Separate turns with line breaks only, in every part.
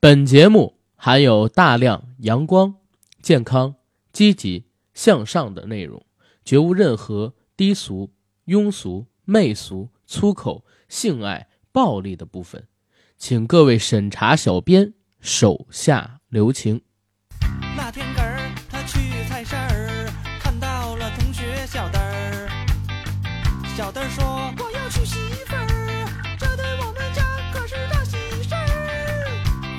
本节目含有大量阳光、健康、积极向上的内容，绝无任何低俗、庸俗、媚俗、粗口、性爱、暴力的部分，请各位审查小编手下留情。
那天个儿，他去菜市儿，看到了同学小灯儿。小灯儿说：“我要娶媳妇儿，这对我们家可是大喜事儿。”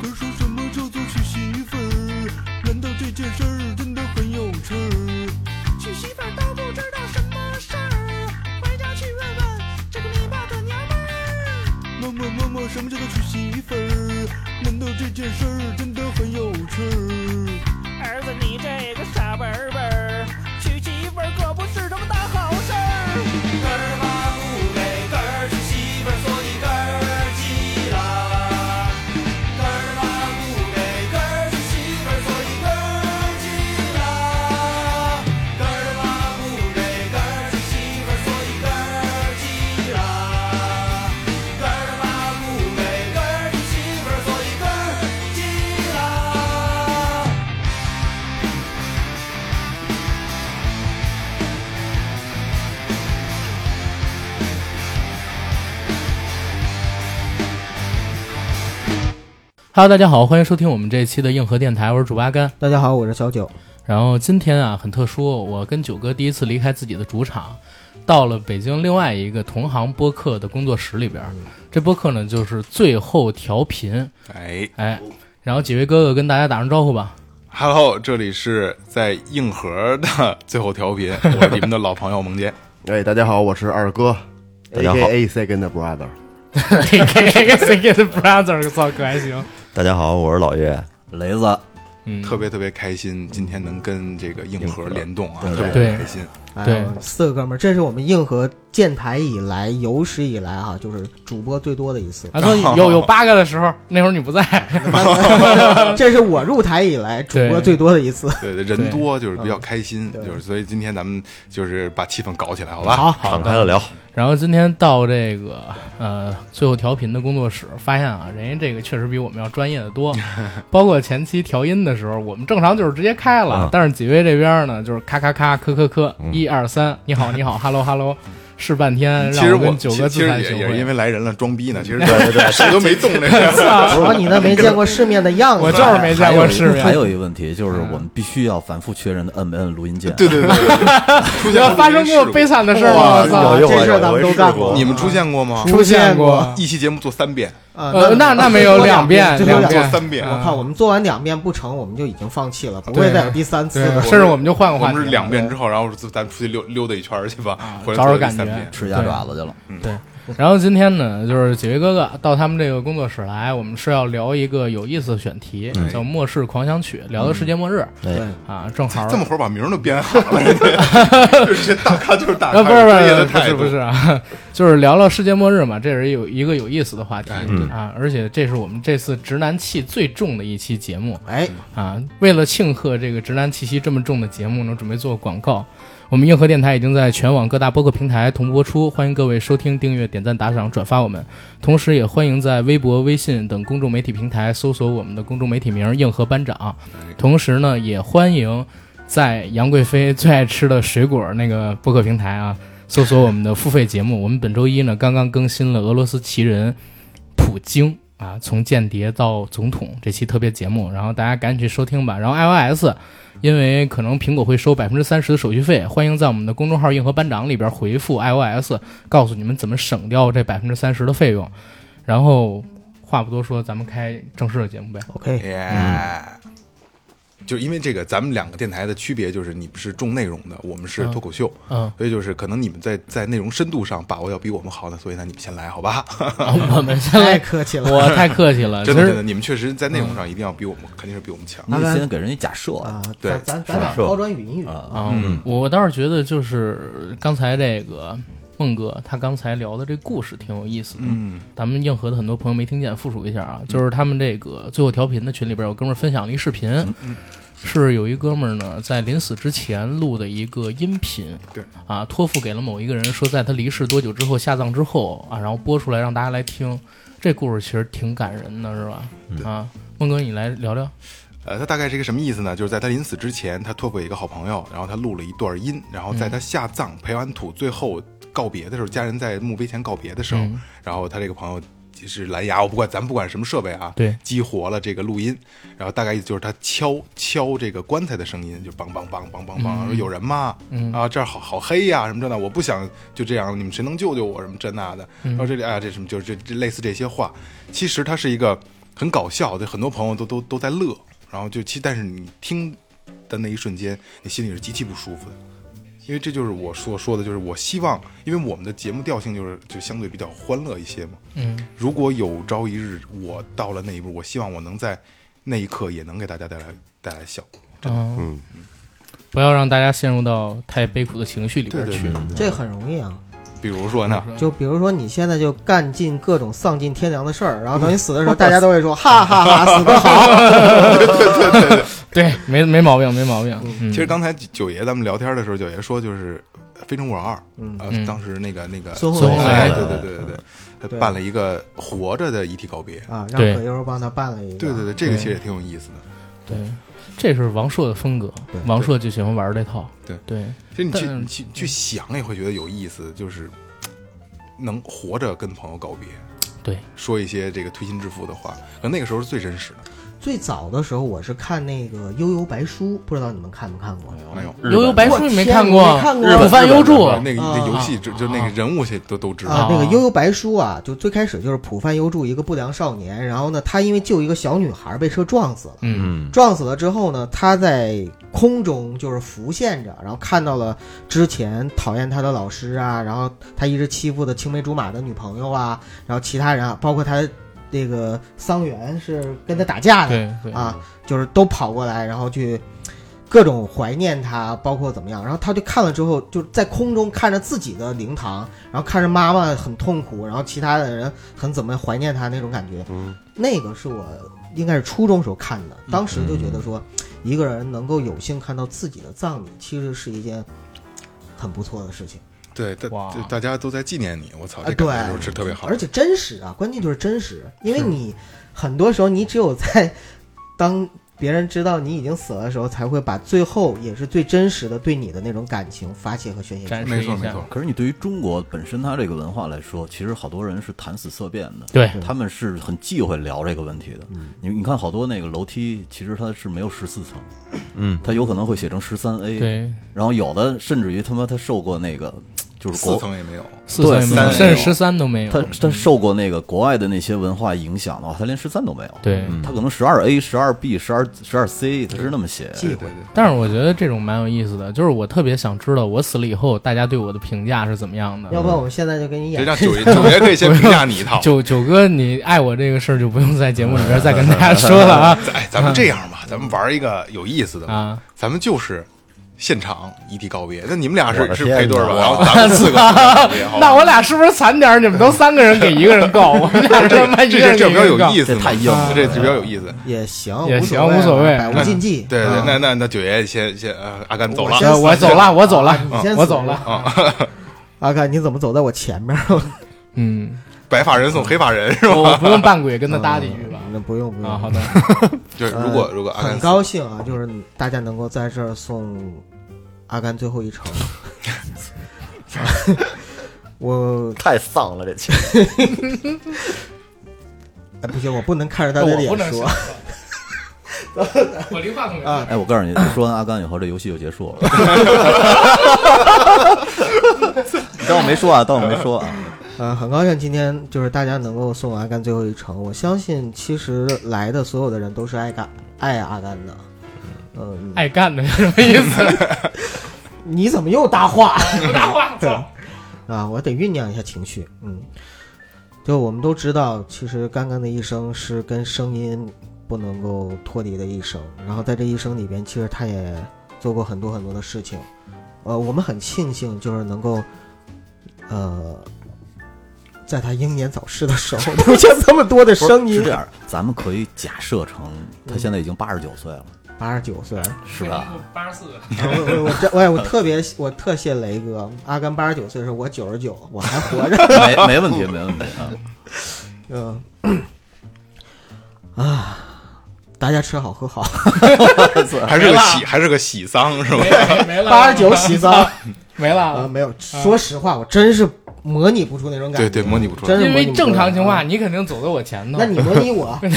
可说什么叫做娶媳妇儿？难道这件事儿真的很有趣儿？娶媳妇儿都不知道什么事儿，回家去问问这个你爸的娘们儿。妈妈妈妈，什么叫做娶媳妇儿？难道这件事儿真的很有趣儿？儿子，你这个傻笨笨儿，娶媳妇儿可不是什么大好事儿。根儿妈不给根儿娶媳妇儿，所以根儿急了。根儿妈不给根儿娶媳妇儿，所以根儿急了。根儿妈不给根儿娶媳妇儿，所以根儿急了。根儿妈不给根儿娶媳妇儿，所以根儿急了。
Hello，大家好，欢迎收听我们这一期的硬核电台，我是主八竿。
大家好，我是小九。
然后今天啊，很特殊，我跟九哥第一次离开自己的主场，到了北京另外一个同行播客的工作室里边儿。这播客呢，就是最后调频，
哎
哎，然后几位哥哥跟大家打声招呼吧。
，Hello，这里是在硬核的最后调 频，我是你们的老朋友蒙杰。
哎，大家好，我是二哥
大家好
，A.K.A. Second Brother。
给给 Second Brother，操，可还行。
大家好，我是老岳。
雷子，
嗯，
特别特别开心，今天能跟这个硬核联动啊，
对
特别特
嗯对
别开心。
对
哎，四个哥们儿，这是我们硬核建台以来有史以来哈、就是主播最多的一次
。啊，说有有八个的时候，那会儿你不在，
这是我入台以来主播最多的 一次。
对对，人多就是比较开心，
对
就是所以今天咱们就是把气氛搞起来，好吧？
好好
敞
的
开。了聊，
然后今天到这个呃最后调频的工作室，发现啊，人家这个确实比我们要专业的多。包括前期调音的时候，我们正常就是直接开了，
嗯
但是几位这边呢，就是咔咔咔、磕磕磕，
嗯
一二三，你好你好，hello hello，试半天，
其实
让我跟
嗯其
九哥
其
自
实
惭
也
形
也是因
秽。
为来人了装逼呢， 其实手都没动这个。
啊
主要你那没见过世面的样子，
我就是没见过世
还
面，
有一个问题就是，我们必须要反复确认的摁没摁录音键。啊
对对对对，对出现过
发生
这个
过
事故
悲惨的事儿吗？
哇
我操
有有
这事儿
有
咱们都干过
你们出现过吗？
出现过
过。
一期节目做三遍，
啊
呃，那呃那没有
最多
两遍，
最多
两
两
做
遍，
三遍，
我靠，我们做完两遍不成，我们就已经放弃了，不
对
会再有第三次
对，
的。
甚至我们就换个
我
话题
们
了，
是两遍之后，然后咱们出去溜溜达一圈儿去吧，回来
找找
做
感
第三
觉
遍。
吃鸭爪子去了，
然后今天呢，就是几位哥哥到他们这个工作室来，我们是要聊一个有意思的选题，
嗯
叫《末世狂想曲》，聊的世界末日、
嗯
对
啊，正好
这么会儿把名儿都编好 了，就是大咖就是大咖，
啊，不是不
专业的
是不
态
是
度
不是， 啊，就是聊聊世界末日嘛，这是有一个有意思的话题、
哎
对
啊，而且这是我们这次直男气最重的一期节目
哎，
啊，为了庆贺这个直男气息这么重的节目呢，准备做广告。我们硬核电台已经在全网各大播客平台同步播出，欢迎各位收听、订阅、点赞、打赏、转发我们。同时，也欢迎在微博、微信等公众媒体平台搜索我们的公众媒体名“硬核班长”。同时呢，也欢迎在杨贵妃最爱吃的水果那个播客平台啊，搜索我们的付费节目。我们本周一呢，刚刚更新了俄罗斯奇人普京啊，从间谍到总统这期特别节目，然后大家赶紧去收听吧。然后 iOS。因为可能苹果会收百分之三十的手续费，欢迎在我们的公众号“硬核班长”里边回复 iOS，告诉你们怎么省掉这百分之三十的费用。然后话不多说，咱们开正式的节目呗。
OK，
耶。就因为这个，咱们两个电台的区别就是，你们是重内容的，我们是脱口秀，
嗯，
所以就是可能你们在在内容深度上把握要比我们好呢，所以呢，你们先来，好吧？
我们先
太
来，
客气 了。
我太客气啊了，其
真的真的，
实嗯
你们确实在内容上一定要比我们，肯定是比我们强。
你得先给人家假设
啊
呀。，
对
咱咱咱俩
是吧
抛砖引玉，
啊，
啊，
嗯
我我倒是觉得就是刚才这个孟哥他刚才聊的这故事挺有意思的，
嗯，
咱们硬核的很多朋友没听见，复述一下啊，就是他们这个最后调频的群里边有哥们儿分享了一视频，是有一哥们儿呢在临死之前录的一个音频，
对
啊，托付给了某一个人，说在他离世多久之后下葬之后啊，然后播出来让大家来听，这故事其实挺感人的，是吧？啊，孟哥，你来聊聊。
呃，他大概是一个什么意思呢？就是在他临死之前，他托付给一个好朋友，然后他录了一段音，然后在他下葬、培完土、最后告别的时候，家人在墓碑前告别的时候，
嗯
然后他这个朋友就是蓝牙，我不管咱不管什么设备啊，
对
激活了这个录音，然后大概意思就是他敲敲这个棺材的声音，就梆梆梆梆梆梆，说有人吗？啊，这儿好好黑呀、什么这那，我不想就这样，你们谁能救救我什么这那的？然后这里啊，这什么就是这这类似这些话，其实它是一个很搞笑的，很多朋友都都都在乐，然后就其但是你听的那一瞬间，你心里是极其不舒服的。因为这就是我所说的，就是我希望，因为我们的节目调性就是就相对比较欢乐一些嘛，
嗯
如果有朝一日我到了那一步，我希望我能在那一刻也能给大家带来带来笑。
嗯，不要让大家陷入到太悲苦的情绪里边去。
这很容易啊。
比如说
嗯
呢，
就比如说你现在就干尽各种丧尽天良的事儿，然后等你死的
嗯
时候，大家都 会说哈哈哈，死得好。
对，没没毛病，没毛病。嗯，
其实刚才九爷咱们聊天的时候，九爷说就是呃《非诚勿扰二》，
嗯
呃，
嗯
当时那个那个
孙
孙
红
红
哎
雷
雷
对对对对对，他
对
办了一个活着的遗体告别。
啊，让
对
葛优帮他办了一个。
对对对，这个其实也挺有意思的。
对，这是王朔的风格
对，
王朔就喜欢玩这套。
对
对，
其实你去
但
你去去想也会觉得有意思，就是嘖能活着跟朋友告别，
对，
说一些这个推心置腹的话，可那个时候是最真实的。
最早的时候我是看那个《悠悠白书》，不知道你们看没看过？
哦
没有，
《悠悠白书》你没
我天
看过？啊
没看过
浦饭优助
那个那
啊
游戏就就那个人物些都都知道。
啊，那个
啊
《悠悠白书》啊，就最开始就是浦饭优助一个不良少年，然后呢，他因为救一个小女孩被车撞死了，
嗯，
嗯，
撞死了之后呢，他在空中就是浮现着，然后看到了之前讨厌他的老师啊，然后他一直欺负的青梅竹马的女朋友啊，然后其他人啊，包括他那个桑园是跟他打架的
对对
啊，就是都跑过来，然后去各种怀念他，包括怎么样，然后他就看了之后，就在空中看着自己的灵堂，然后看着妈妈很痛苦，然后其他的人很怎么怀念他那种感觉，
嗯，
那个是我应该是初中时候看的，当时就觉得说，一个人能够有幸看到自己的葬礼，其实是一件很不错的事情，
对，大
哇
就大家都在纪念你，我操，
啊
这
对
感觉就是特别好。
而且真实啊，关键就是真实，因为你很多时候你只有在当别人知道你已经死了的时候，才会把最后也是最真实的对你的那种感情发泄和宣泄出来。
展示嗯
没
一
错没
下。
错，
可是你对于中国本身它这个文化来说，其实好多人是谈死色变的，
对
他们是很忌讳聊这个问题的。
嗯
你你看好多那个楼梯，其实它是没有十四层，
嗯，
它有可能会写成十三 A，，
对，
然后有的甚至于他妈他受过那个就是
四
国
层也没有。
四三也没有，
三
甚
也
至
有
十三都没有。
他他受过那个国外的那些文化影响的话，他连十三都没有。，
对，
他可能十二 A、十二 B、十二十二 C，他是那么写。
对对对，
但是我觉得这种蛮有意思的，就是我特别想知道我死了以后，大家对我的评价是怎么样的。
要不
嗯
然我们现在就给你
这
演
让九爷九爷可以先评价你一套。
九九哥，你爱我这个事儿就不用在节目里边再跟大家说了啊
哎，咱们这样吧，咱们玩一个有意思的吧，
啊！
咱们就是现场遗体告别。那你们俩
我
是
的
是
天
配对吧？
哪
然后咱们 四个告别，好吧
那我俩是不是惨点儿？你们都三个人给一个人告，我们俩他妈
这
一个
这
人
这
给一
比较
个
有
人告。
意思嘛，
这太硬了
这比较
嗯
有意思。
也行，
也行无
无啊
所谓
百无禁忌。
对对
啊，
那那那九爷先先呃阿甘走
我
了
先
呃嗯我走了，我走了
你先，
我
死
走了。
啊，
阿甘，你怎么走在我前面？
嗯，
白发人送黑发人是吧？
我不用扮鬼跟他搭几句吧？
嗯那不用不用
啊，好的，
就是如果如果阿甘
很
死了
高兴啊，就是大家能够在这儿送阿甘最后一程。 我
太丧了，这期，
哎不行，我不能看着他的
我不能
脸说。
我离话筒
啊
哎，我告诉你，说完阿甘以后，这游戏就结束了。 当我没说啊，当我没说啊。
呃，很高兴今天就是大家能够送阿甘最后一程。我相信其实来的所有的人都是爱甘爱阿甘的。嗯，
爱干的 是什么意思？
你怎么又搭话？
不搭话，
对
操！
啊，我得酝酿一下情绪。嗯，就我们都知道，其实干干的一生是跟声音不能够脱离的一生。然后在这一生里边，其实他也做过很多很多的事情。呃，我们很庆幸，就是能够，呃，在他英年早逝的时候留下这么多的声
不是
音
是这。样，咱们可以假设成他现在已经八十九岁了，
八十九岁，
是吧？？
八十四，
我我我这我我特别我特谢雷哥，阿甘八十九岁的时候我九十九，我还活着。
没没问题，没问题啊。
嗯，啊，大家吃好喝 好，
还是个喜，还是个喜丧是吧？
没了，
八十九喜丧
没
啊，
了。
没有。说实话，我真是模拟不出那种感觉，
对对，模拟不出来。
真是
因
模拟
为
不出来
正常情况下，，你肯定走在我前头。
那你模拟 我，啊现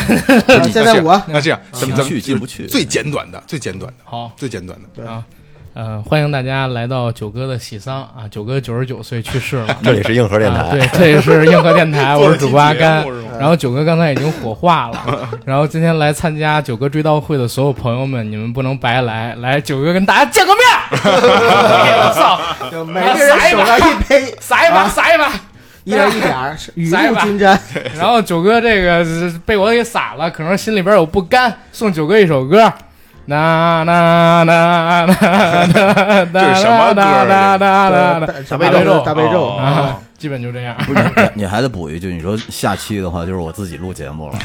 在我
那这样，咱们咱们
进不去嗯进不去
最简短的，最简短的，
好，
最简短的。
呃，欢迎大家来到九哥的喜丧啊！九哥九十九岁去世了
这里是硬核电
啊
台，
对，这也是硬核电台，我是主播阿甘
做了期节目是吗。
然后九哥刚才已经火化了，然后今天来参加九哥追悼会的所有朋友们，你们不能白来，来九哥跟大家见个面 儿。哎呦我操，
就每个人手上一杯，啊
撒一把，撒一把。
一人一点儿， 是雨露均沾。
然后九哥这个是被我给撒了，可能心里边有不甘，送九哥一首歌。那那那那那那
这是什么歌
那那
啊
那
大
那
呃大悲咒，大悲咒，
哦
啊，基本就这样，
不是，你还得补一句，你说下期的话就是我自己录节目了，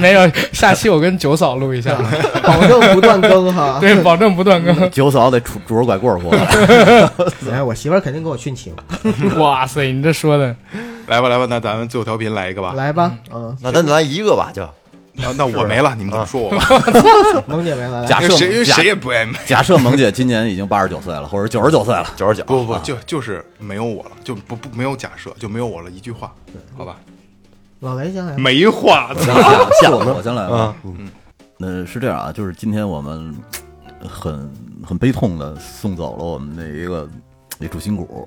没有。下期我跟九嫂录一 下，
保证不断更 哈。
对，保证不断更。
九嫂得拄拄着拐棍儿过来。
哎，我媳妇儿肯定给我殉情。
哇塞，你这说的，
来吧来吧，那咱们最后调频来一个吧。
来吧，嗯，
那咱来一个吧，就
啊那我没了，你们怎么说我吧？
萌嗯姐没来，
假
因
设
为谁因为
假
谁也不爱买。
假设萌姐今年已经八十九岁了，或者九十九岁了，
九十九，
不不不，就就是没有我了，就不不没有假设，就没有我了，一句话，好吧？
老雷先来。
没话，
下啊我先来吧。
啊，嗯
那是这样啊，就是今天我们呃很很悲痛的送走了我们的一个一主心骨，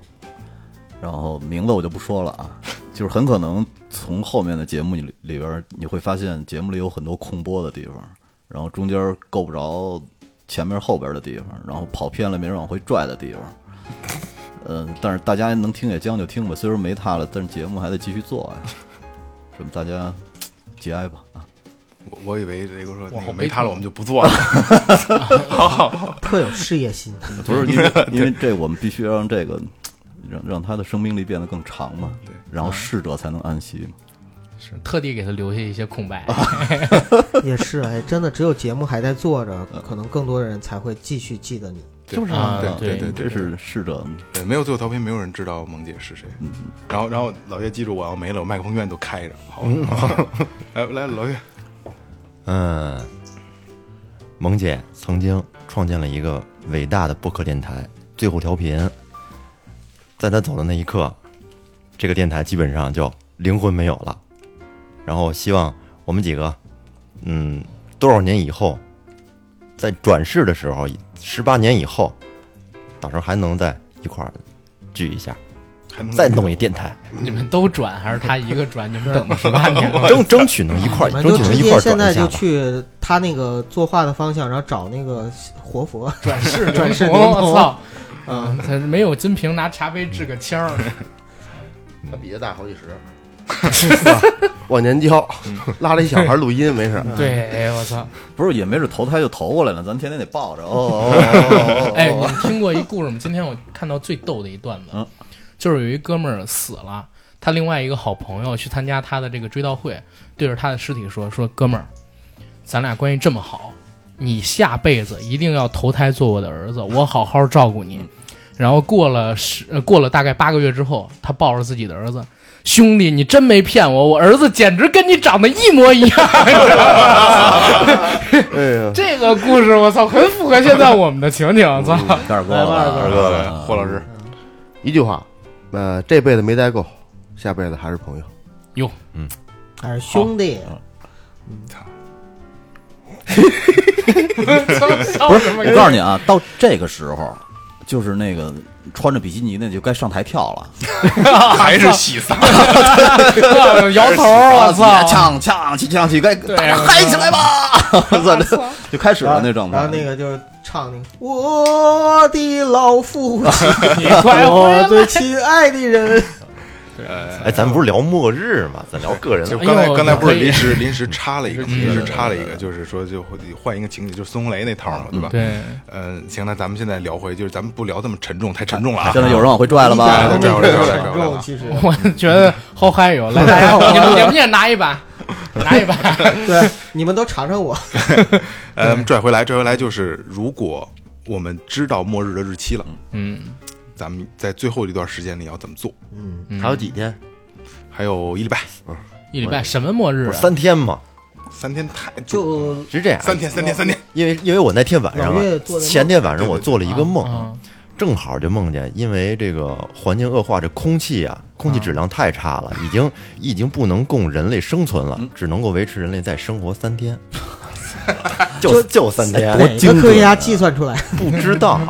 然后名字我就不说了啊，就是很可能从后面的节目里里边儿你会发现节目里有很多空播的地方，然后中间儿够不着前面后边的地方，然后跑偏了没人往回拽的地方。呃，但是大家能听也将就听吧，虽然没他了，但是节目还得继续做呀。什么大家节哀吧 啊！
我我以为这个说那
好
个
悲
没他
痛
了，我们就不做了。
特有事业心，
不是因为因为这我们必须让这个让让他的生命力变得更长嘛，
对，
然后逝者才能安息嘛。
特地给他留下一些空 白。
也是哎，真的只有节目还在做着，可能更多的人才会继续记得你。
对
是啊
对
对
对
这是逝者，
对，没有最后调频，没有人知道萌姐是谁。然后，然后老岳记住，我要没了，我麦克风永远都开着。好吧，来 来，老岳，
嗯，萌姐曾经创建了一个伟大的播客电台——最后调频。在她走的那一刻，这个电台基本上就灵魂没有了。然后希望我们几个，嗯，多少年以后，在转世的时候，十八年以后，到时候还能在一块儿聚一下，
还能
再弄一电台，
你们都转还是他一个转？你们等了十八年了。
争争取能一块儿，
我们
争
就
取能
直
一块
接
儿
现
转
在
一下
就
吧。
去他那个作画的方向，然后找那个 活佛。
转世
转世
流
流
氓
氓
我操！嗯，他没有金瓶拿茶杯掷个签儿，
他比他大好几 十。忘年交，拉了一小孩录音，没事。
嗯
对，哎我操！
不是也没准投胎就投过来了，咱天天得抱着哦哦 哦哦。哦
哎，你们听过一故事吗？今天我看到最逗的一段子
嗯，
就是有一哥们儿死了，他另外一个好朋友去参加他的这个追悼会，对着他的尸体说：“说哥们儿，咱俩关系这么好，你下辈子一定要投胎做我的儿子，我好好照顾你。”然后过了十，呃过了大概八个月之后，他抱着自己的儿子。兄弟，你真没骗我，我儿子简直跟你长得一模一 样。
哎呀，
这个故事，我操，很符合现在我们的情景。我
哎
操，
哎盖儿哥
来吧
了，
二
二
哥
哥
了
来，
啊
霍老师，
一句话，呃，这辈子没待够，下辈子还是朋友。
还是兄弟，
哦
嗯不是
我告诉你啊，到这个时候，就是那个穿着比基尼那就该上台跳了，
还是喜丧。
摇头儿，我操！
啊呛呛起呛起，该
对
大家嗨起来吧！ 我操，就开始
然
了
后
那状态。
然后那个就是唱那个我的老父 亲，
你快回
我
来！
最亲爱 的人。
哎，咱不是聊末日吗？咱聊个人的
就刚
哎
才
呦
刚才不
可
是
以
临时临时插了一个，
嗯
临时插了一个，就是说就会换一个情景，就是孙红雷那套嘛，对吧？。
对，
嗯，行，那咱们现在聊回，就是咱们不聊这么沉重，太沉重了啊。
现在有人往回拽了
哎
吧
对？这会儿这 会儿这
沉
会儿
重，其实
我觉得好嗨哟！来，大家伙儿，你们你们也拿一把，拿一把。
对，你们都尝尝我。
呃，拽回来，拽回来就是，如果我们知道末日的日期了，
嗯，
咱们在最后这段时间里要怎么做？
嗯，
嗯
还有几天？
还有一礼拜，
一礼拜什么末日
不
啊
是？三天吗？
三天太
就
实这样，
三天三天三天，
因为因为我那天晚上啊
老岳做的，梦
前天晚上我做了一
一
个梦，
啊
正好就梦见，因为这个环境恶化，这空气啊，空气质量太差了，已经已经不能供人类生存了，只能够维持人类再生活三天，就就三天，
哪个科学家计算出来？
不知道。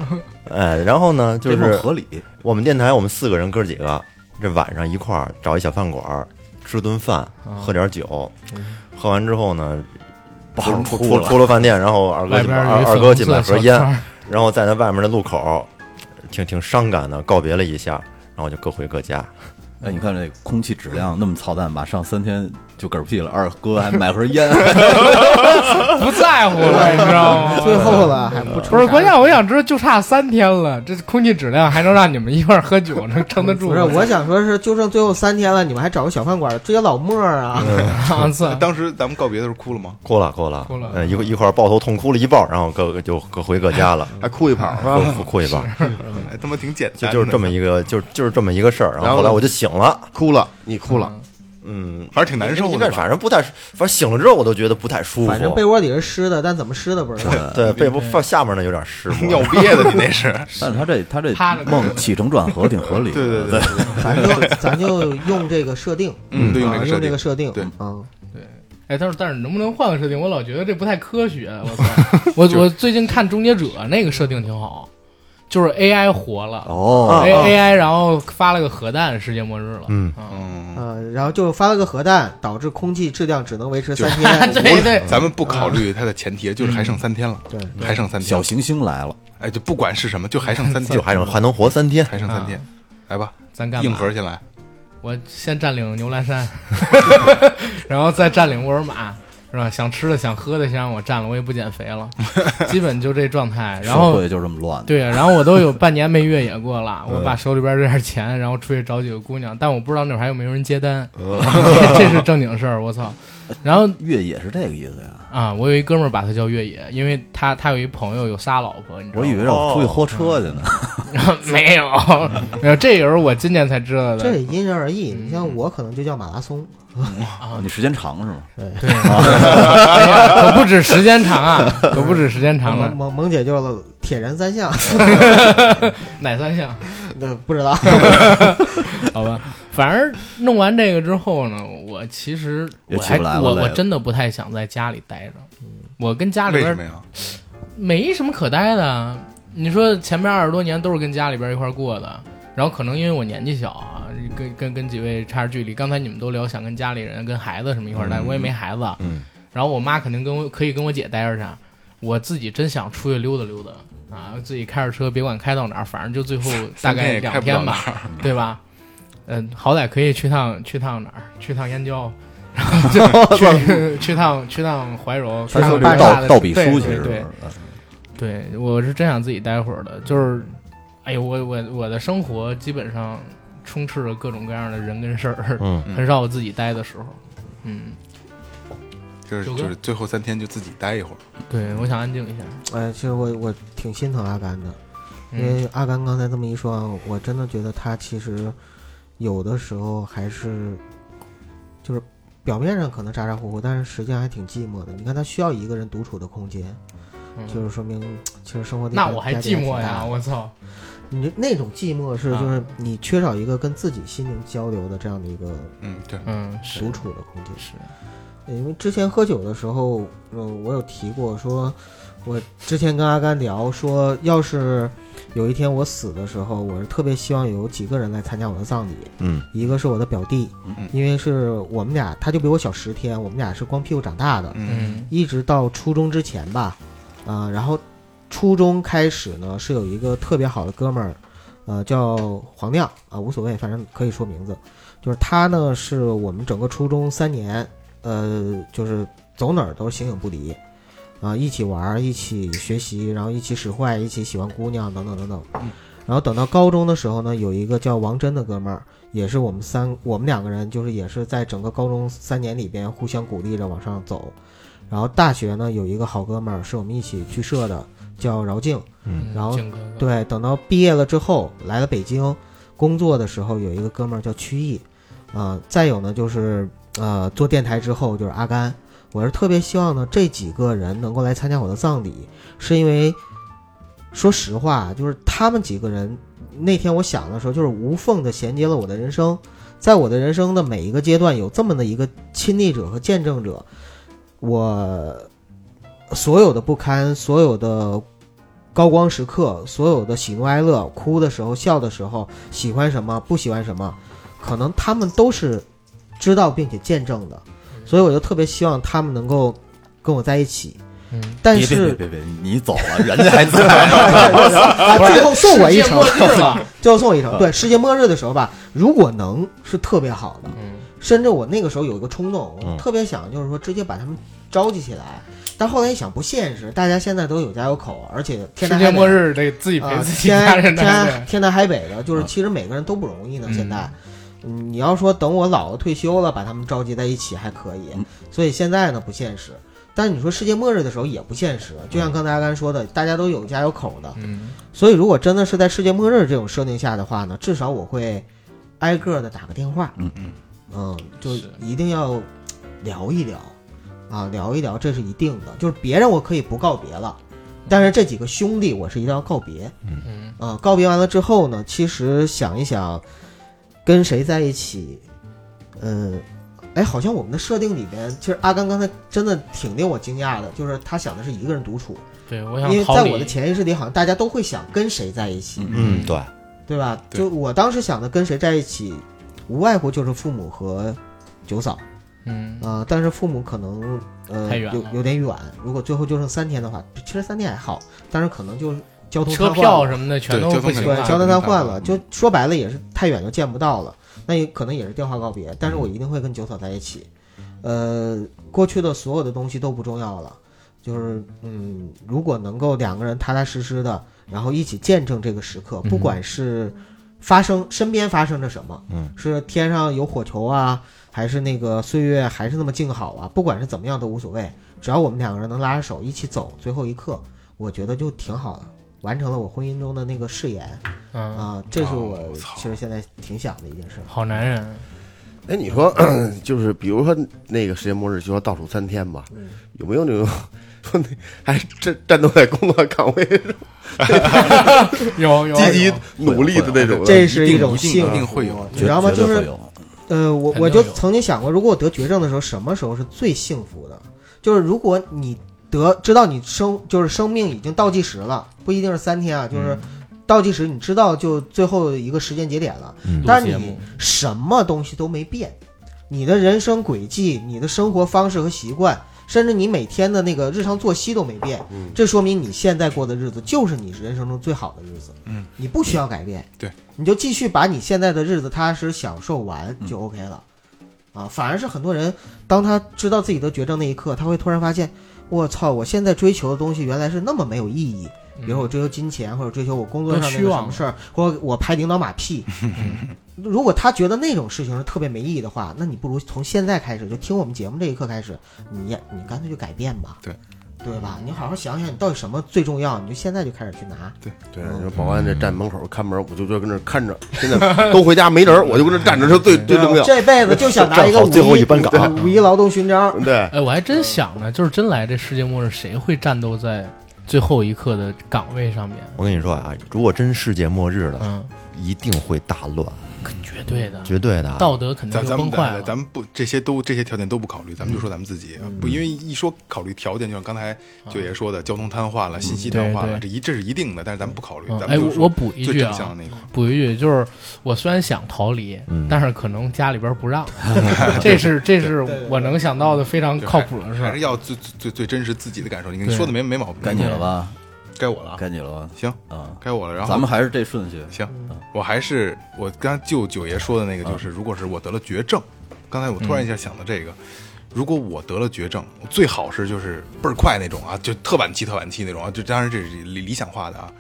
哎，然后呢，就
这梦
是
合理，
我们电台，我们四个人哥几个，这晚上一块儿找一小饭馆儿吃顿饭，喝点酒，喝完之后呢，出出出出了饭店，然后二哥
外
去
边
买
儿有
二二
一粉
哥
红
去
色
买
的
盒
小
烟
摊，儿
然后在那外面的路口，挺挺伤感的告别了一下，然后就各回各家。
哎，你看这空气质量那么操蛋，马上三天就嗝屁了。二哥还买盒 烟，
不在乎了，你知道吗？
最后了还不出
不是
啥
关键，我想知道就差三天了，这空气质量还能让你们一块儿喝酒，能撑得住
不是，
吗？
我想说是，就剩最后三天了，你们还找个小饭 馆追老莫儿啊？
我操！
当时咱们告别的时候哭了吗？
哭了，哭了，
哭了
嗯，一会一块儿抱头痛哭了一抱，然后各就各回各家了，
还哭一泡是
啊
吧？
哭哭一抱，
哎，他妈挺简单
就就
的，
是这么一个，就就是这么一个事儿。然
然后
后后来
呢
我就醒了，
哭了，你哭了，
嗯，
还是挺难受
因
的
为
吧。，
反正不太，反正醒了之后我都觉得不太舒服。
反正被窝里是湿的，但怎么湿的不 知道。
对被窝放下面呢有点湿
尿憋 的，你那是
但是他这他这
趴着
梦起承转合挺 合理的。
对对对对，
咱就咱就用这个设定，
嗯，对，用这
啊
个设
用这
定
个，设定，
对
嗯，
哎，但是但是能不能换个设定？我老觉得这不太科学。我操！我我最近看《终结者》那个设定挺好，就是 AI 活了、
哦，
a AI 然后发了个核弹，世界末日了。
嗯
嗯，
呃，然后就发了个核弹，导致空气质量只能维持三
啊
天。
对对，
咱们不考虑它的前提，就是还剩三天了，
对，
还剩三
小
天，
行星来了，
哎，就不管是什么，就还剩三 天
就，还能还能活三天。
还剩三天，来吧，
咱干嘛
硬核先来，
我先占领牛栏 山，然后再占领沃尔玛，是吧？想吃的、想喝的，先让我占了，我也不减肥 了，基本就这状态。然
社
后
会就这么乱。
对，然后我都有半年没越野过 了，我
嗯
把手里边这点钱，然后出去找几个姑娘，但我不知道那会儿还有没有人接单，
嗯
这是正经事儿，我操。然后
越野是这个意思呀？
啊，我有一哥们儿把他叫越野，因为他他有一朋友有仨老婆，你知道
我
吗？
以为让我出去豁车去呢。
没有，没有，这也是我今年才知道的。
这也因人而异。
嗯
你像我可能就叫马拉松，
哦
啊你时间长是吗？
对， 哎呀可不止时间长啊，可不止时间
嗯
长
萌
嗯
了。
萌萌姐就是铁人三项，
哪三项？
那不知 道。
好吧，反正弄完这个之后呢，我其实
也
我
起
还
不来了嗯
我
累
我
了
真的不太想在家里待着，我跟家里
为什
边
么呀？
没什么可待的。你说前面二十多年都是跟家里边一块儿过的，然后可能因为我年纪小啊，跟跟跟几位差着距离。刚才你们都聊想跟家里人、跟孩子什么一块儿待，我也没孩子。啊
嗯。
然后我妈肯定跟我可以跟我姐待着去，我自己真想出去溜达溜达啊，自己开着车，别管开到哪儿，反正就最后大
三天
概
也
两
开不了
天吧，对吧？嗯，好歹可以去趟去趟哪儿？去趟燕郊，然后就去 去趟去趟怀柔，去趟
办
大
倒
的
倒笔
对
书去
对
是嗯
对
吧？
对，我是真想自己待会儿的，就是，哎呦，我我我的生活基本上充斥着各种各样的人跟事儿，
嗯，
嗯
很少我自己待的时候。嗯，
就是
九哥
就是最后三天就自己待一会儿，
对，我想安静一下。
哎，其实我我挺心疼阿甘的，因
嗯
为阿甘刚才这么一说啊，我真的觉得他其实有的时候还是就是表面上可能咋咋呼呼，但是实际上还挺寂寞的。你看他需要一个人独处的空间，
嗯
就是说明其实生活的
那
压力
我还
压力
寂寞
挺大
呀！
的
我操，
你这那种寂寞是
啊
就是你缺少一个跟自己心灵交流的这样的一个
嗯，对，
嗯，是
独处的空间。呃
是，
因为之前喝酒的时候，呃，我有提过说，我之前跟阿甘聊说，要是有一天我死的时候，我是特别希望有几个人来参加我的葬礼。
嗯，
一个是我的表弟，
嗯
因为是我们俩，他就比我小十天，我们俩是光屁股长大的，
嗯，
嗯
一直到初中之前吧，啊、然后初中开始呢是有一个特别好的哥们儿，呃，叫黄亮啊、无所谓，反正可以说名字，就是他呢是我们整个初中三年，呃，就是走哪儿都是形影不离，啊、一起玩儿，一起学习，然后一起使坏，一起喜欢姑娘等等等等。然后等到高中的时候呢，有一个叫王真的哥们儿，也是我们三我们两个人，就是也是在整个高中三年里边互相鼓励着往上走。然后大学呢，有一个好哥们儿是我们一起剧社的，叫饶静。
嗯，
然后
静哥哥，
对，等到毕业了之后，来了北京工作的时候，有一呃个哥们儿叫曲艺，啊、再有呢就是呃做电台之后就是阿甘，我是特别希望呢这几个人能够来参加我的葬礼，是因为说实话，就是他们几个人那天我想的时候，就是无缝的衔接了我的人生，在我的人生的每一个阶段，有这么的一个亲历者和见证者，我所有的不堪，所有的高光时刻，所有的喜怒哀乐，哭的时候、笑的时候，喜欢什么、不喜欢什么，可能他们都是知道并且见证的，所以我就特别希望他们能够跟我在一起。
嗯，
但
别别别
是
别别，你走了，人家还在。
啊，最后送我一程，
世界末日了，
最后送我一程。对，世界末日的时候吧，如果能是特别好的，
嗯
甚至我那个时候有一个冲动，我
嗯
特别想就是说直接把他们召集起来，但后来一想不现实，大家现在都有家有口，而且天
世
南
界
海
末
北。
日得自己陪
啊，
自己
天
家人
天
呢，
天南海北的，就是
嗯
其实每个人都不容易呢。
啊嗯
现在，嗯，你要说等我老了退休了，把他们召集在一起还可以
嗯，
所以现在呢不现实。但你说世界末日的时候也不现实，就像刚才阿甘说的，大家都有家有口的，
嗯
所以，如果真的是在世界末日这种设定下的话呢，至少我会挨个的打个电话，
嗯
嗯
嗯，就是一定要聊一聊，啊，聊一聊，这是一定的。就是别人我可以不告别了，但是这几个兄弟我是一定要告别。
嗯
啊，告别完了之后呢，其实想一想，跟谁在一起，嗯，哎，好像我们的设定里边，其实阿甘刚才真的挺令我惊讶的，就是他想的是一个人独处，
对，我
因
想
为
逃
在
离
我的潜意识里，好像大家都会想跟谁在一起。
嗯，对，
对吧？
对
就我当时想的，跟谁在一起，无外乎就是父母和九嫂
嗯
啊、呃但是父母可能呃
太远
有
了
有点远，如果最后就剩三天的话，其实三天还好，但是可能就是交通
车
瘫痪
票
了
什么的全
对
都
交通
不
肯
行
定
嗯对
是交
交
了，
通
通
瘫
瘫痪
痪了，
嗯
就说白了也是太远就见不到了，那也可能也是电话告别，但是
嗯
我一定会跟九嫂在一起。呃，过去的所有的东西都不重要了，就是嗯，如果能够两个人踏踏实实的，然后一起见证这个时刻，
嗯
不管是发生身边发生着什么，
嗯，
是天上有火球啊，还是那个岁月还是那么静好啊，不管是怎么样都无所谓，只要我们两个人能拉着手一起走最后一刻，我觉得就挺好的，完成了我婚姻中的那个誓言。
嗯，
啊，这是我
哦我操
其实现在挺想的一件事。
好男人，
哎，你说 就是比如说那个世界末日，就说倒数三天吧，
嗯
有没有那种说那还战战斗在工作岗位上
啊
有有
积极
有
嗯
努力的那种的？
啊这是一种
一定
幸
一定
福
会有，
你知道吗？
绝
就
对会
是
有
呃，我
肯定
我就
有
曾经想过，如果我得绝症的时候，什么时候是最幸福的？就是如果你得知道你生就是生命已经倒计时了，不一定是三天啊，就是
嗯
倒计时，你知道就最后一个时间节点了，
嗯
但
录
是
节
你
目
什么东西都没变，你的人生轨迹、你的生活方式和习惯，甚至你每天的那个日常作息都没变，
嗯
这说明你现在过的日子就是你人生中最好的日子。
嗯，
你不需要改变，
对，
你就继续把你现在的日子踏实享受完
嗯
就 OK 了。啊，反而是很多人，当他知道自己得绝症那一刻，他会突然发现，我操，我现在追求的东西原来是那么没有意义。比如说我追求金钱，或者追求我工作上的
更
那
虚
个
妄
什么事儿，或者我拍领导马屁。如果他觉得那种事情是特别没意义的话，那你不如从现在开始，就听我们节目这一刻开始，你也你干脆就改变吧。
对，
对吧？你好好想想，你到底什么最重要，你就现在就开始去拿。
对，
对，你说保安这站门口看门，我就就跟那儿看着，现在都回家没人儿，我就跟这儿站着是最最重要。
嗯这辈子就想拿一个
站好
五
最后
一
一班岗
五一劳动勋章。
对，
哎，我还
嗯
真想呢，就是真来这世界末日，谁会战斗在最后一刻的岗位上面？
我跟你说啊，如果真世界末日了，
嗯，
一定会大乱，
绝对的，
绝对的啊。
道德肯定
咱
就
咱
崩坏
们咱
了。嗯
咱们不这些都这些条件都不考虑，咱们就说咱们自己，啊不因为一说考虑条件，就像刚才九爷说的，交通瘫痪了，信息瘫痪了，
啊对
这一这是一定的，但是咱们不考虑，
嗯
咱
哎，
们
我
就
我
说
补一
最
句
正向
啊，
的那个。
补一句，就是我虽然想逃离，
嗯
但是可能家里边不 让，这是这是我能想到的非常
就
靠
还
谱的事
还是
儿。
要最最最最真实自己的感受。你你
对
说的没没毛病，
该你了吧？
该我了啊，
该嗯你了吧？
行，
啊，
该我了。然后
咱们还是这顺序。
行，
嗯
我还是我刚才就九爷说的那个，就是如果是我得了绝症，刚才我突然一下想到这
嗯
个，如果我得了绝症，我最好是就是倍儿快那种啊，就特晚期特晚期那种啊，就当然这是理理想化的啊。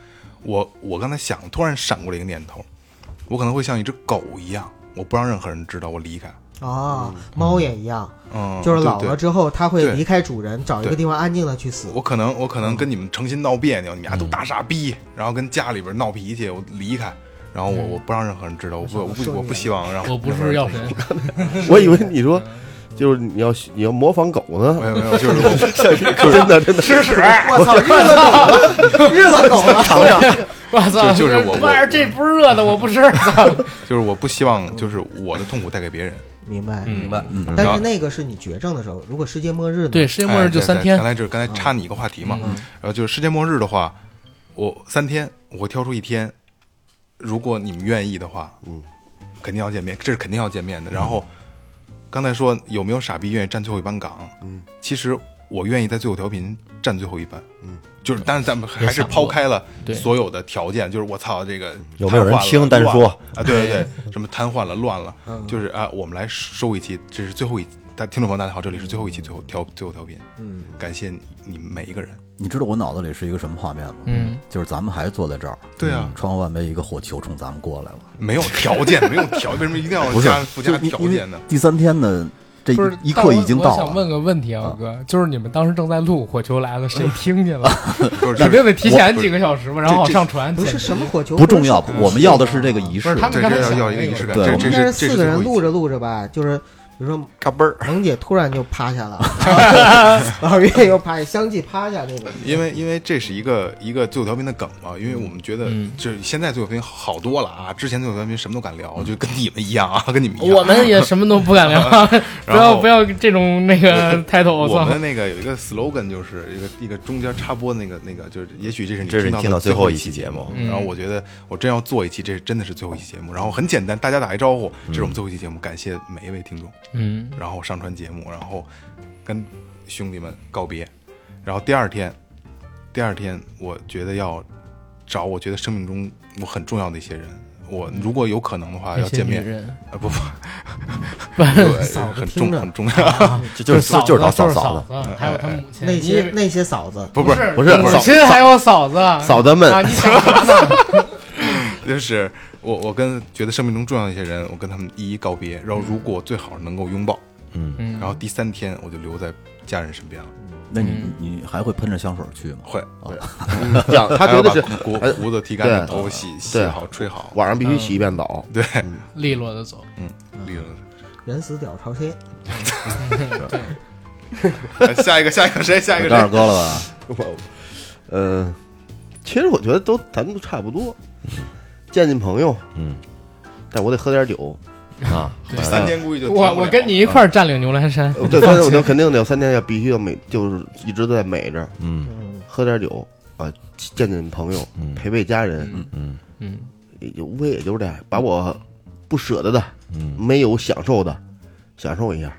我我刚才想，突然闪过了一个念头，我可能会像一只狗一样，我不让任何人知道我离开。
啊，猫也一样，
嗯，
就是
对
老
对
了之后，它会
对
离开主人，找一个
对
地方安静的去死。
我可能我可能跟你们成心闹别扭，你们俩都大傻逼，
嗯
然后跟家里边闹脾气，我离开，然后我我不让任何人知道，我不我不我不希望让
我不是药
神，
神，
我以为你说就是你要你要模仿狗呢
没，有没有，就是我
真的真的吃屎！
嗯我 操，日子狗了，日子狗了，
我操，
就就是我哎
这玩意儿这不是热的，我不吃。
就是我不希望就是我的痛苦带给别人。
明白。
明
白，
但是那个是你绝症的时候，如果世界末日呢？
对，世界
哎
末日就
对
三嗯
对
天
刚，才就是刚才插你一个话题嘛，嗯然后呃就是世界末日的话，我三天我会挑出一天，如果你们愿意的话，嗯，肯定要见面，这是肯定要见面的。
嗯
然后刚才说有没有傻逼愿意站最后一班岗？嗯，其实我愿意在最后调频站最后一班。嗯，就是但是咱们还是抛开了
对
所有的条件，就是我操这个
嗯有没有人
瘫痪了
听单
乱
说
了啊？对对 对，什么瘫痪了乱了，就是啊，我们来收一期，这是最后一。大听众朋友，大家好，这里是最后一期最后调最后调频，嗯，感谢你你们每一个人。
你知道我脑子里是一个什么画面吗？
嗯，
就是咱们还坐在这儿，嗯
对啊
窗户外面一个火球冲咱们过来了，
没有条件，没有条，为什么一定要
不是
加附
就
加
是你
条
因为
件呢？
第三天的这
不是
一刻已
但
经
我
到
我想问
了，
个问题啊，哥，就是你们当时正在录，火球来了，谁听见 了？
不
你
是，
们得提前几
个，
个小时吧，然后好上传。
不
剪
是
辑
什么火球，
不重要
不，
我们要的是这个仪
不是
式。
他们
这
刚才
这
想
要
那个
一个仪式感，
对
这
我
这
们
应
是
该
这
四
是
个
最
人
后一
录
期
着录着吧，就是比如说
嘎嘣儿，
萌姐突然就趴下了，老岳又趴下，相继趴下那种。
因为因为这是一个一个最后调频的梗嘛，因为我们觉得
嗯
就是现在最后调频好多了啊，之前最后调频什么都敢聊，就跟你们一样啊，跟你们一样。
我们也什么都不敢聊，不
然
要
后
不要这种那个 title，我
我
操！
们那个有一个 slogan，就是一个一个中间插播那个那个，就是也许这是你
这是你
到
听
的
到最后
一
一期节目
目。然后我觉得我真要做一期，这是真的是最后一期节目。然后很简单，大家打一招呼，这是我们最后一期节目，感谢每一位听众。
嗯，
然后上传节目，然后跟兄弟们告别。然后第二天，第二天我觉得要找我觉得生命中我很重要的一些人，我如果有可能的话要
那些
见
女
面。
人，
啊不不，
不是
对
嫂子
很
听
重
着
很重要。
这就是
嫂子
就是老
嫂
嫂嫂子，
子，还有他母亲，
那些
你
那些嫂子，
不不 是，
是
不是
母
嫂
亲还有嫂子，
嫂子们
啊，你想啥呢？
就是我我跟觉得生命中重要的一些人，我跟他们一一告别。然后如果最好能够拥抱，
嗯，
然后第三天我就留在家人身边了。
那
嗯
你你还会喷着香水去吗？
会，
讲他
还
觉
要
得
把
是
胡
哎
胡子剃干净，
对
头洗洗
对
好吹好，
晚上必须洗一遍澡，
对，
利落的走，
嗯， 利润。
人死屌朝天。
下一个，下一个谁？下一个
跟二
谁？
哥了吧？
我，嗯呃，其实我觉得都咱们都差不多，见见朋友，
嗯，
但我得喝点酒，
啊，
三天估计就
我
停不
我
了
跟你一块儿占领牛栏山，
呃对，但是我就肯定得有三天要必须要美，就是一直都在美着，
嗯
嗯，
喝点酒啊，见见朋友，
嗯
陪陪家人，
嗯
嗯，
也就无非也就是这样，把我不舍得的、
嗯，
没有享受的，享受一下，